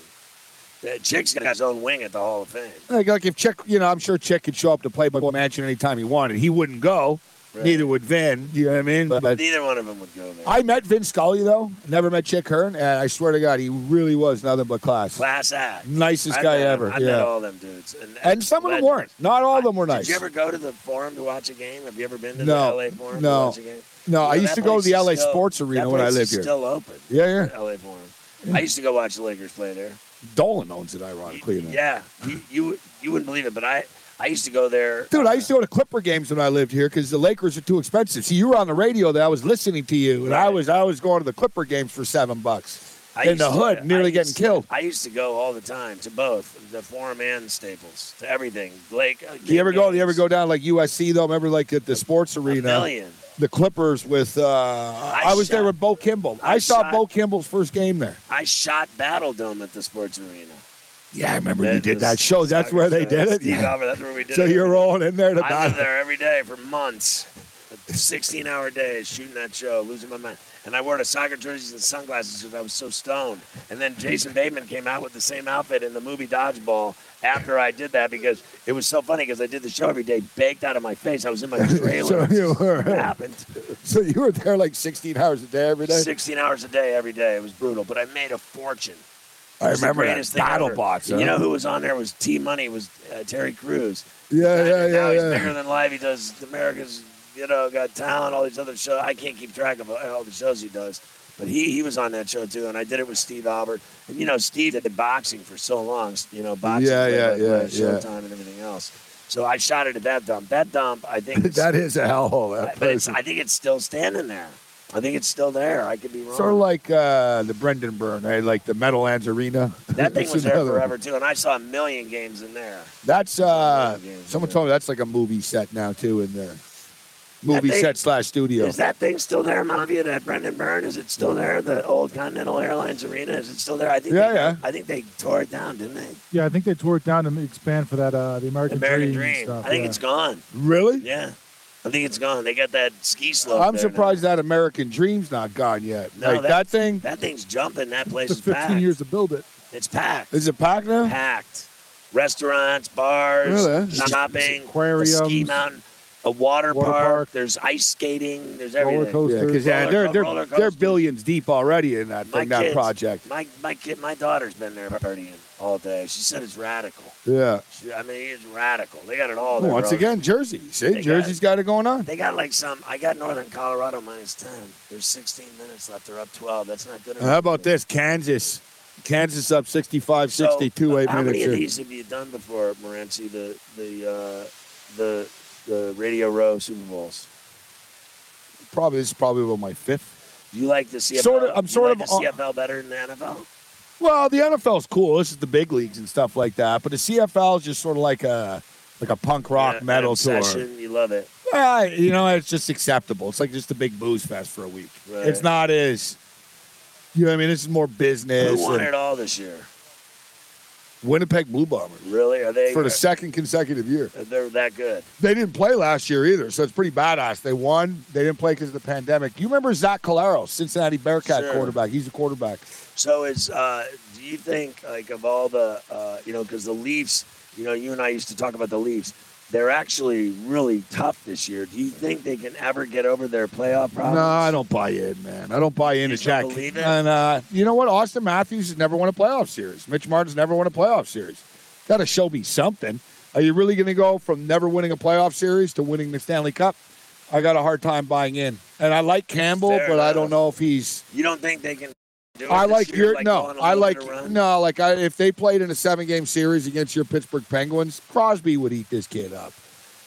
[SPEAKER 1] that Chick's got his own wing at the Hall of Fame.
[SPEAKER 6] Like, like if Chick, you know, I'm sure Chick could show up to play by Mansion anytime he wanted. He wouldn't go.
[SPEAKER 1] Right.
[SPEAKER 6] Neither would Vin. You know what I mean? But,
[SPEAKER 1] Neither one of them would go there.
[SPEAKER 6] I met Vin Scully though. Never met Chick Hearn, and I swear to God, he really was nothing but class.
[SPEAKER 1] Class act.
[SPEAKER 6] Nicest
[SPEAKER 1] I
[SPEAKER 6] guy
[SPEAKER 1] met him.
[SPEAKER 6] ever,
[SPEAKER 1] I
[SPEAKER 6] yeah.
[SPEAKER 1] met all them dudes, and,
[SPEAKER 6] And some of them
[SPEAKER 1] legends.
[SPEAKER 6] weren't. Not all of them were
[SPEAKER 1] Did
[SPEAKER 6] nice.
[SPEAKER 1] you ever go to the Forum to watch a game? Have you ever been to
[SPEAKER 6] No.
[SPEAKER 1] the LA Forum
[SPEAKER 6] No.
[SPEAKER 1] to watch a game?
[SPEAKER 6] No, I
[SPEAKER 1] You know,
[SPEAKER 6] used
[SPEAKER 1] that
[SPEAKER 6] to go to
[SPEAKER 1] place
[SPEAKER 6] the
[SPEAKER 1] is
[SPEAKER 6] LA
[SPEAKER 1] still-
[SPEAKER 6] Sports Arena
[SPEAKER 1] that
[SPEAKER 6] when I
[SPEAKER 1] place is
[SPEAKER 6] lived here.
[SPEAKER 1] Still open.
[SPEAKER 6] Yeah, yeah.
[SPEAKER 1] the LA Forum. I used to go watch the Lakers play there.
[SPEAKER 6] Dolan owns it, ironically enough.
[SPEAKER 1] Yeah, you, you you wouldn't believe it, but I I used to go there.
[SPEAKER 6] Dude, I used to go to Clipper games when I lived here because the Lakers are too expensive. See, you were on the radio that I was listening to you, and I
[SPEAKER 1] Right.
[SPEAKER 6] was I was going to the Clipper games for seven bucks
[SPEAKER 1] I
[SPEAKER 6] in
[SPEAKER 1] used
[SPEAKER 6] the
[SPEAKER 1] to-
[SPEAKER 6] hood,
[SPEAKER 1] I
[SPEAKER 6] nearly
[SPEAKER 1] used
[SPEAKER 6] getting
[SPEAKER 1] to-
[SPEAKER 6] killed.
[SPEAKER 1] I used to go all the time to both the Forum and Staples to everything. Blake, uh,
[SPEAKER 6] You ever go?
[SPEAKER 1] games.
[SPEAKER 6] You ever go down like USC though? Remember like at the sports arena,
[SPEAKER 1] million.
[SPEAKER 6] the Clippers with uh, I, was there
[SPEAKER 1] shot-
[SPEAKER 6] with Bo Kimball.
[SPEAKER 1] I
[SPEAKER 6] I, saw
[SPEAKER 1] shot-
[SPEAKER 6] Bo Kimball's first game there.
[SPEAKER 1] I shot Battle Dome at the Sports Arena.
[SPEAKER 6] Yeah, I remember you
[SPEAKER 1] That
[SPEAKER 6] did
[SPEAKER 1] was- uh,
[SPEAKER 6] that show. That's where they did it.
[SPEAKER 1] Steve
[SPEAKER 6] Yeah.
[SPEAKER 1] Ballmer, that's where we did
[SPEAKER 6] So
[SPEAKER 1] it.
[SPEAKER 6] you're rolling in there to
[SPEAKER 1] I lived
[SPEAKER 6] battle.
[SPEAKER 1] there every day for months. 16 hour days shooting that show, losing my mind. And I wore the soccer jerseys and sunglasses because I was so stoned. And then Jason Bateman came out with the same outfit in the movie Dodgeball after I did that because it was so funny because I did the show every day, baked out of my face. I was in my
[SPEAKER 6] So
[SPEAKER 1] trailer.
[SPEAKER 6] you were.
[SPEAKER 1] It happened.
[SPEAKER 6] So you were there like 16 hours a day every day.
[SPEAKER 1] 16 hours a day, every day. It was brutal, but I made a fortune.
[SPEAKER 6] I
[SPEAKER 1] It was the
[SPEAKER 6] remember that
[SPEAKER 1] greatest thing
[SPEAKER 6] battle
[SPEAKER 1] ever.
[SPEAKER 6] box.
[SPEAKER 1] You
[SPEAKER 6] huh?
[SPEAKER 1] know who was on there was T Money was uh, Terry Crews.
[SPEAKER 6] Yeah,
[SPEAKER 1] And
[SPEAKER 6] yeah,
[SPEAKER 1] now
[SPEAKER 6] yeah,
[SPEAKER 1] he's
[SPEAKER 6] yeah.
[SPEAKER 1] bigger than life. He does America's, you know, Got Talent, all these other shows. I can't keep track of all the shows he does. But he, he was on that show too, and I did it with Steve Albert. And you know, Steve did the boxing for so long, you know, boxing,
[SPEAKER 6] Yeah, yeah,
[SPEAKER 1] play-by-play,
[SPEAKER 6] yeah, yeah.
[SPEAKER 1] Showtime, and everything else. So I shot it at that dump. That dump, I think, it's-
[SPEAKER 6] that is a hellhole. That
[SPEAKER 1] but it's,
[SPEAKER 6] place.
[SPEAKER 1] I think it's still standing there. I think it's still there. I could be wrong.
[SPEAKER 6] Sort of like uh, the Brendan Burn, right? like the Meadowlands Arena.
[SPEAKER 1] that thing
[SPEAKER 6] That's
[SPEAKER 1] was there
[SPEAKER 6] another one.
[SPEAKER 1] forever too, and I saw a million games in there.
[SPEAKER 6] That's uh,
[SPEAKER 1] Yeah, yeah,
[SPEAKER 6] someone
[SPEAKER 1] yeah.
[SPEAKER 6] told me that's like a movie set now too in there. Movie
[SPEAKER 1] thing-
[SPEAKER 6] set slash studio.
[SPEAKER 1] Is that thing still there, Mafia? That Brendan Byrne? Is it still there? The old Continental Airlines Arena? Is it still there? I think.
[SPEAKER 6] Yeah,
[SPEAKER 1] they,
[SPEAKER 6] yeah.
[SPEAKER 1] I think they tore it down, didn't they?
[SPEAKER 2] Yeah, I think they tore it down to expand for that uh, the American,
[SPEAKER 1] American
[SPEAKER 2] Dream,
[SPEAKER 1] Dream.
[SPEAKER 2] stuff.
[SPEAKER 1] I think
[SPEAKER 2] yeah.
[SPEAKER 1] it's gone.
[SPEAKER 6] really?
[SPEAKER 1] Yeah, I think it's gone. They got that ski slope.
[SPEAKER 6] I'm
[SPEAKER 1] there
[SPEAKER 6] surprised that American Dream's not gone yet.
[SPEAKER 1] No,
[SPEAKER 6] like
[SPEAKER 1] that-
[SPEAKER 6] that, thing
[SPEAKER 1] now. That thing's jumping. That place
[SPEAKER 2] took
[SPEAKER 1] is
[SPEAKER 2] 15
[SPEAKER 1] packed.
[SPEAKER 2] years to build it.
[SPEAKER 1] It's packed.
[SPEAKER 6] is it packed now?
[SPEAKER 1] packed. Restaurants, bars,
[SPEAKER 6] Really?
[SPEAKER 1] shopping, the
[SPEAKER 2] Aquariums.
[SPEAKER 1] ski mountain. a water,
[SPEAKER 6] Water
[SPEAKER 1] park,
[SPEAKER 6] park.
[SPEAKER 1] There's ice skating. There's
[SPEAKER 6] Roller
[SPEAKER 1] everything.
[SPEAKER 6] coasters. Yeah, 'cause, yeah,
[SPEAKER 1] Roller
[SPEAKER 6] they're-
[SPEAKER 1] co-
[SPEAKER 6] they're-
[SPEAKER 1] roller
[SPEAKER 6] they're
[SPEAKER 1] coasters.
[SPEAKER 6] billions deep already in that
[SPEAKER 1] My
[SPEAKER 6] in that
[SPEAKER 1] kids-
[SPEAKER 6] project.
[SPEAKER 1] My my kid, my daughter's been there partying all day. She said it's radical.
[SPEAKER 6] Yeah.
[SPEAKER 1] She, I mean, it's radical. They got it all. there,
[SPEAKER 6] Once
[SPEAKER 1] bro.
[SPEAKER 6] again, Jersey. See,
[SPEAKER 1] Oh, They got-
[SPEAKER 6] Jersey's got it going on.
[SPEAKER 1] They got like some. I got Northern Colorado minus ten. There's 16 minutes left. They're up 12. That's not good
[SPEAKER 6] And
[SPEAKER 1] enough.
[SPEAKER 6] How about this? Kansas. Kansas up 65
[SPEAKER 1] So,
[SPEAKER 6] 62, eight
[SPEAKER 1] How many
[SPEAKER 6] minutes.
[SPEAKER 1] of
[SPEAKER 6] in.
[SPEAKER 1] these have you done before, Morenci? The the uh, the the Radio Row Super Bowls.
[SPEAKER 6] Probably, this is probably about my fifth.
[SPEAKER 1] Do you like the CFL?
[SPEAKER 6] Sort of-
[SPEAKER 1] do
[SPEAKER 6] I'm
[SPEAKER 1] you
[SPEAKER 6] sort
[SPEAKER 1] like
[SPEAKER 6] of on-
[SPEAKER 1] the CFL better than the NFL.
[SPEAKER 6] Well, the NFL's cool. This is the big leagues and stuff like that. But the CFL is just sort of like a like a punk rock
[SPEAKER 1] Yeah,
[SPEAKER 6] metal tour.
[SPEAKER 1] obsession, You love it.
[SPEAKER 6] Well, you know, it's just acceptable. It's like just a big booze fest for a week.
[SPEAKER 1] Right.
[SPEAKER 6] It's not as you know. what I mean, this is more business.
[SPEAKER 1] Who won
[SPEAKER 6] and-
[SPEAKER 1] it all this year?
[SPEAKER 6] Winnipeg Blue Bombers
[SPEAKER 1] Really? Are they
[SPEAKER 6] for the second consecutive year.
[SPEAKER 1] They're that good.
[SPEAKER 6] They didn't play last year either, so it's pretty badass. They won. They didn't play because of the pandemic. You remember Zach Calero, Cincinnati Bearcat
[SPEAKER 1] Sure.
[SPEAKER 6] quarterback. He's a quarterback.
[SPEAKER 1] So is uh, do you think like of all the uh, you know because the Leafs you know you and I used to talk about the Leafs they're actually really tough this year. Do you think they can ever get over their playoff problems?
[SPEAKER 6] No, I don't buy in, man. I don't buy in
[SPEAKER 1] You don't
[SPEAKER 6] to Jack.
[SPEAKER 1] believe it?
[SPEAKER 6] And uh, you know what? Austin Matthews has never won a playoff series. Mitch Martin's never won a playoff series. Got to show me something. Are you really going to go from never winning a playoff series to winning the Stanley Cup? I got a hard time buying in. And I like Campbell,
[SPEAKER 1] Fair
[SPEAKER 6] but I don't
[SPEAKER 1] enough.
[SPEAKER 6] know if he's.
[SPEAKER 1] You don't think they can? Do it
[SPEAKER 6] I
[SPEAKER 1] this
[SPEAKER 6] like
[SPEAKER 1] year,
[SPEAKER 6] your no.
[SPEAKER 1] going on a
[SPEAKER 6] I
[SPEAKER 1] little
[SPEAKER 6] like
[SPEAKER 1] bit of run?
[SPEAKER 6] no. Like I, if they played in a seven-game series against your Pittsburgh Penguins, Crosby would eat this kid up.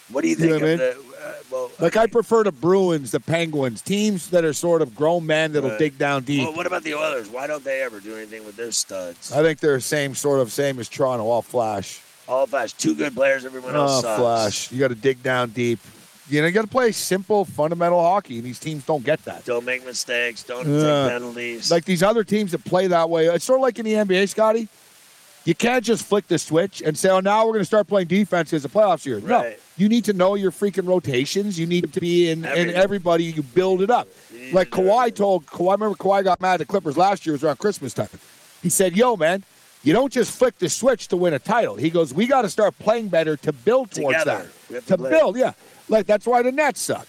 [SPEAKER 1] What do you
[SPEAKER 6] You know
[SPEAKER 1] think
[SPEAKER 6] what I
[SPEAKER 1] of the? Uh, well,
[SPEAKER 6] Like I prefer the Bruins, the Penguins, teams that are sort of grown men that'll
[SPEAKER 1] Right.
[SPEAKER 6] dig down deep.
[SPEAKER 1] well, what about the Oilers? Why don't they ever do anything with their studs?
[SPEAKER 6] I think they're same sort of same as Toronto. All flash,
[SPEAKER 1] All flash, two good players. Everyone else
[SPEAKER 6] all
[SPEAKER 1] sucks.
[SPEAKER 6] oh, flash. You got to dig down deep. You know, you got to play simple, fundamental hockey, and these teams don't get that.
[SPEAKER 1] Don't make mistakes. Don't
[SPEAKER 6] Yeah.
[SPEAKER 1] take penalties.
[SPEAKER 6] Like these other teams that play that way, it's sort of like in the NBA, Scotty. You can't just flick the switch and say, "Oh, now we're going to start playing defense as a playoffs year." No,
[SPEAKER 1] Right.
[SPEAKER 6] you need to know your freaking rotations. You need to be in, in
[SPEAKER 1] Everything.
[SPEAKER 6] everybody. You build it up.
[SPEAKER 1] You
[SPEAKER 6] Like
[SPEAKER 1] deserve
[SPEAKER 6] Kawhi
[SPEAKER 1] it.
[SPEAKER 6] told Kawhi, remember Kawhi got mad at the Clippers last year. It was around Christmas time. He said, "Yo, man, you don't just flick the switch to win a title." He goes, "We got to start playing better to build towards
[SPEAKER 1] Together. We
[SPEAKER 6] that.
[SPEAKER 1] have to play.
[SPEAKER 6] build, yeah. Like that's why the Nets suck.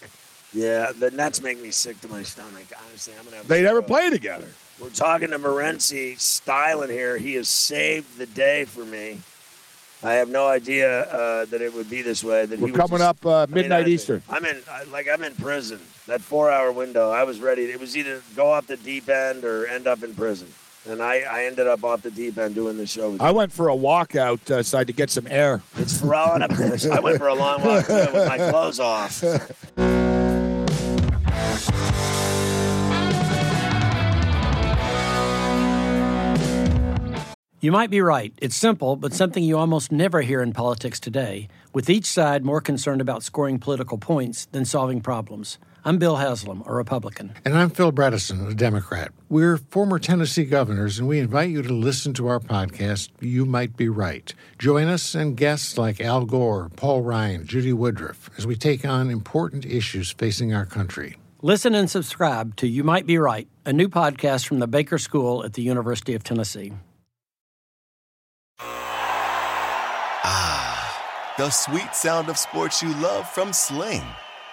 [SPEAKER 1] yeah, the Nets make me sick to my stomach. Honestly, I'm gonna. Have a
[SPEAKER 6] They never
[SPEAKER 1] stroke.
[SPEAKER 6] play together.
[SPEAKER 1] We're talking to Morenci Styling here. He has saved the day for me. I have no idea uh, that it would be this way. That he
[SPEAKER 6] We're
[SPEAKER 1] was
[SPEAKER 6] coming
[SPEAKER 1] just-
[SPEAKER 6] up uh,
[SPEAKER 1] I mean,
[SPEAKER 6] midnight
[SPEAKER 1] I-
[SPEAKER 6] Eastern."
[SPEAKER 1] I'm in, I, like, I'm in prison. That four-hour window, I was ready. It was either go off the deep end or end up in prison. And I, I ended up off the deep end doing the show. With
[SPEAKER 6] I went for a walk outside to get some air.
[SPEAKER 1] It's Pharrell and a I went for a long walk too, with my clothes off.
[SPEAKER 9] You might be right. It's simple, but something you almost never hear in politics today, with each side more concerned about scoring political points than solving problems. I'm Bill Haslam, a Republican.
[SPEAKER 10] And I'm Phil Bredesen, a Democrat. We're former Tennessee governors, and we invite you to listen to our podcast, You Might Be Right. Join us and guests like Al Gore, Paul Ryan, Judy Woodruff, as we take on important issues facing our country.
[SPEAKER 9] Listen and subscribe to You Might Be Right, a new podcast from the Baker School at the University of Tennessee.
[SPEAKER 4] The sweet sound of sports you love from Sling.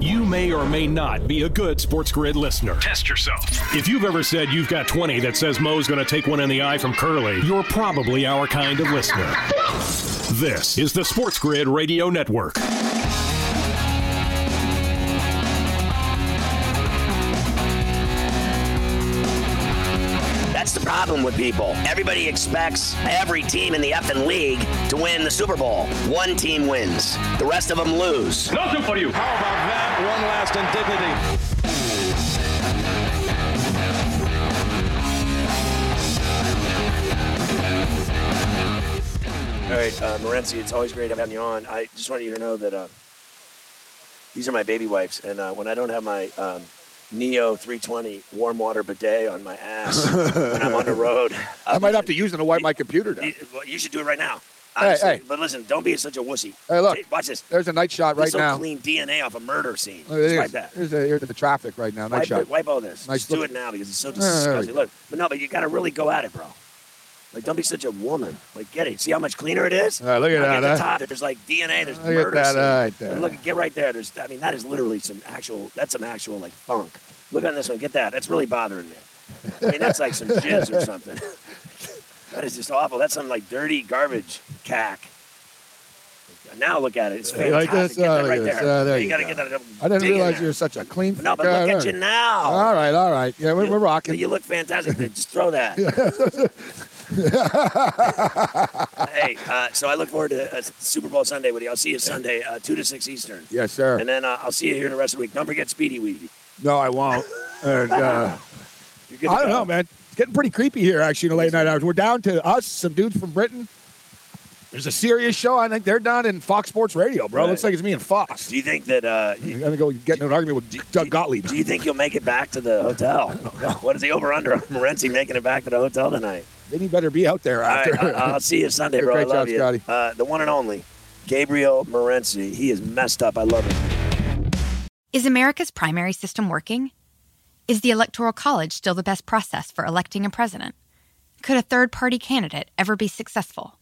[SPEAKER 5] You may or may not be a good Sports Grid listener. Test yourself. If you've ever said you've got 20 that says Moe's going to take one in the eye from Curly, you're probably our kind of listener. This is the Sports Grid Radio Network.
[SPEAKER 11] That's the problem with people. Everybody expects every team in the effing league to win the Super Bowl. One team wins, the rest of them lose.
[SPEAKER 12] Nothing for you. How about that? One last indignity.
[SPEAKER 1] All right, uh, Morenzi, it's always great having you on. I just wanted you to know that uh, these are my baby wipes, and uh, when I don't have my um, Neo 320 warm water bidet on my ass when I'm on the road,
[SPEAKER 6] I might have to use them to wipe my computer down.
[SPEAKER 1] you, well, you should do it right now.
[SPEAKER 6] Hey,
[SPEAKER 1] Honestly.
[SPEAKER 6] hey.
[SPEAKER 1] But listen, don't be such a wussy.
[SPEAKER 6] Hey, look.
[SPEAKER 1] Hey, watch this.
[SPEAKER 6] There's a night shot right
[SPEAKER 1] This'll
[SPEAKER 6] now.
[SPEAKER 1] clean DNA off a murder scene.
[SPEAKER 6] Look,
[SPEAKER 1] Just
[SPEAKER 6] there's,
[SPEAKER 1] like that.
[SPEAKER 6] there's a, here's the traffic right now. Night
[SPEAKER 1] wipe,
[SPEAKER 6] shot.
[SPEAKER 1] it- wipe all this.
[SPEAKER 6] Nice
[SPEAKER 1] Just do
[SPEAKER 6] look.
[SPEAKER 1] it now because it's so
[SPEAKER 6] Yeah, yeah, yeah.
[SPEAKER 1] disgusting. Look, but no, but you got to really go at it, bro. Like, don't be such a woman. Like, get it. See how much cleaner it is?
[SPEAKER 6] All right, look at
[SPEAKER 1] Now, Get
[SPEAKER 6] that,
[SPEAKER 1] the
[SPEAKER 6] huh?
[SPEAKER 1] top. There's like DNA. There's
[SPEAKER 6] Look at
[SPEAKER 1] murder.
[SPEAKER 6] that,
[SPEAKER 1] scene.
[SPEAKER 6] all right there.
[SPEAKER 1] And Look, get right there. There's. I mean, that is literally some actual. That's some actual like funk. Look on this one. Get that. That's really bothering me. I mean, that's like some jizz or something. that is just awful. That's some like dirty garbage cack. Now look at it. It's
[SPEAKER 6] Hey,
[SPEAKER 1] fantastic.
[SPEAKER 6] like this?
[SPEAKER 1] Get
[SPEAKER 6] Oh,
[SPEAKER 1] that
[SPEAKER 6] look
[SPEAKER 1] right
[SPEAKER 6] at this.
[SPEAKER 1] there.
[SPEAKER 6] Oh, there
[SPEAKER 1] you
[SPEAKER 6] you
[SPEAKER 1] gotta
[SPEAKER 6] go.
[SPEAKER 1] get that.
[SPEAKER 6] I
[SPEAKER 1] dig
[SPEAKER 6] didn't
[SPEAKER 1] in
[SPEAKER 6] realize
[SPEAKER 1] there.
[SPEAKER 6] you were such a clean.
[SPEAKER 1] No, but look at you now.
[SPEAKER 6] All right, all right. Yeah, we're, we're rocking.
[SPEAKER 1] You look fantastic. dude. Just throw that. hey, uh, so I look forward to uh, Super Bowl Sunday, Woody. I'll see you Sunday, uh, 2 to 6 Eastern.
[SPEAKER 6] yes, sir.
[SPEAKER 1] And then uh, I'll see you here the rest of the week. Don't forget Speedy Weedy.
[SPEAKER 6] No, I won't. And, uh,
[SPEAKER 1] You're good to
[SPEAKER 6] I don't
[SPEAKER 1] go.
[SPEAKER 6] know, man. It's getting pretty creepy here, actually, in the late night hours. We're down to us, some dudes from Britain. There's a serious show. I think they're down in Fox Sports Radio, bro.
[SPEAKER 1] Right.
[SPEAKER 6] Looks like it's me and Fox.
[SPEAKER 1] Do you think that, uh,
[SPEAKER 6] I'm gonna go get in an argument with Doug Gottlieb.
[SPEAKER 1] do you think you'll make it back to the hotel? what is the over under on Morenzi making it back to the hotel tonight?
[SPEAKER 6] Then you better be out there
[SPEAKER 1] All right,
[SPEAKER 6] after.
[SPEAKER 1] I- I'll see you Sunday, bro.
[SPEAKER 6] Great
[SPEAKER 1] I love
[SPEAKER 6] job,
[SPEAKER 1] you.
[SPEAKER 6] Scotty.
[SPEAKER 1] Uh, the one and only, Gabriel Morenzi. He is messed up. I love him.
[SPEAKER 3] Is America's primary system working? Is the Electoral College still the best process for electing a president? Could a third party candidate ever be successful?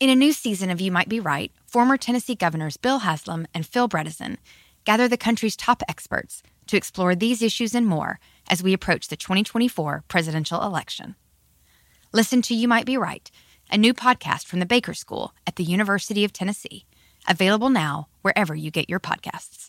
[SPEAKER 3] In a new season of You Might Be Right, former Tennessee governors Bill Haslam and Phil Bredesen gather the country's top experts to explore these issues and more as we approach the 2024 presidential election. Listen to You Might Be Right, a new podcast from the Baker School at the University of Tennessee, available now wherever you get your podcasts.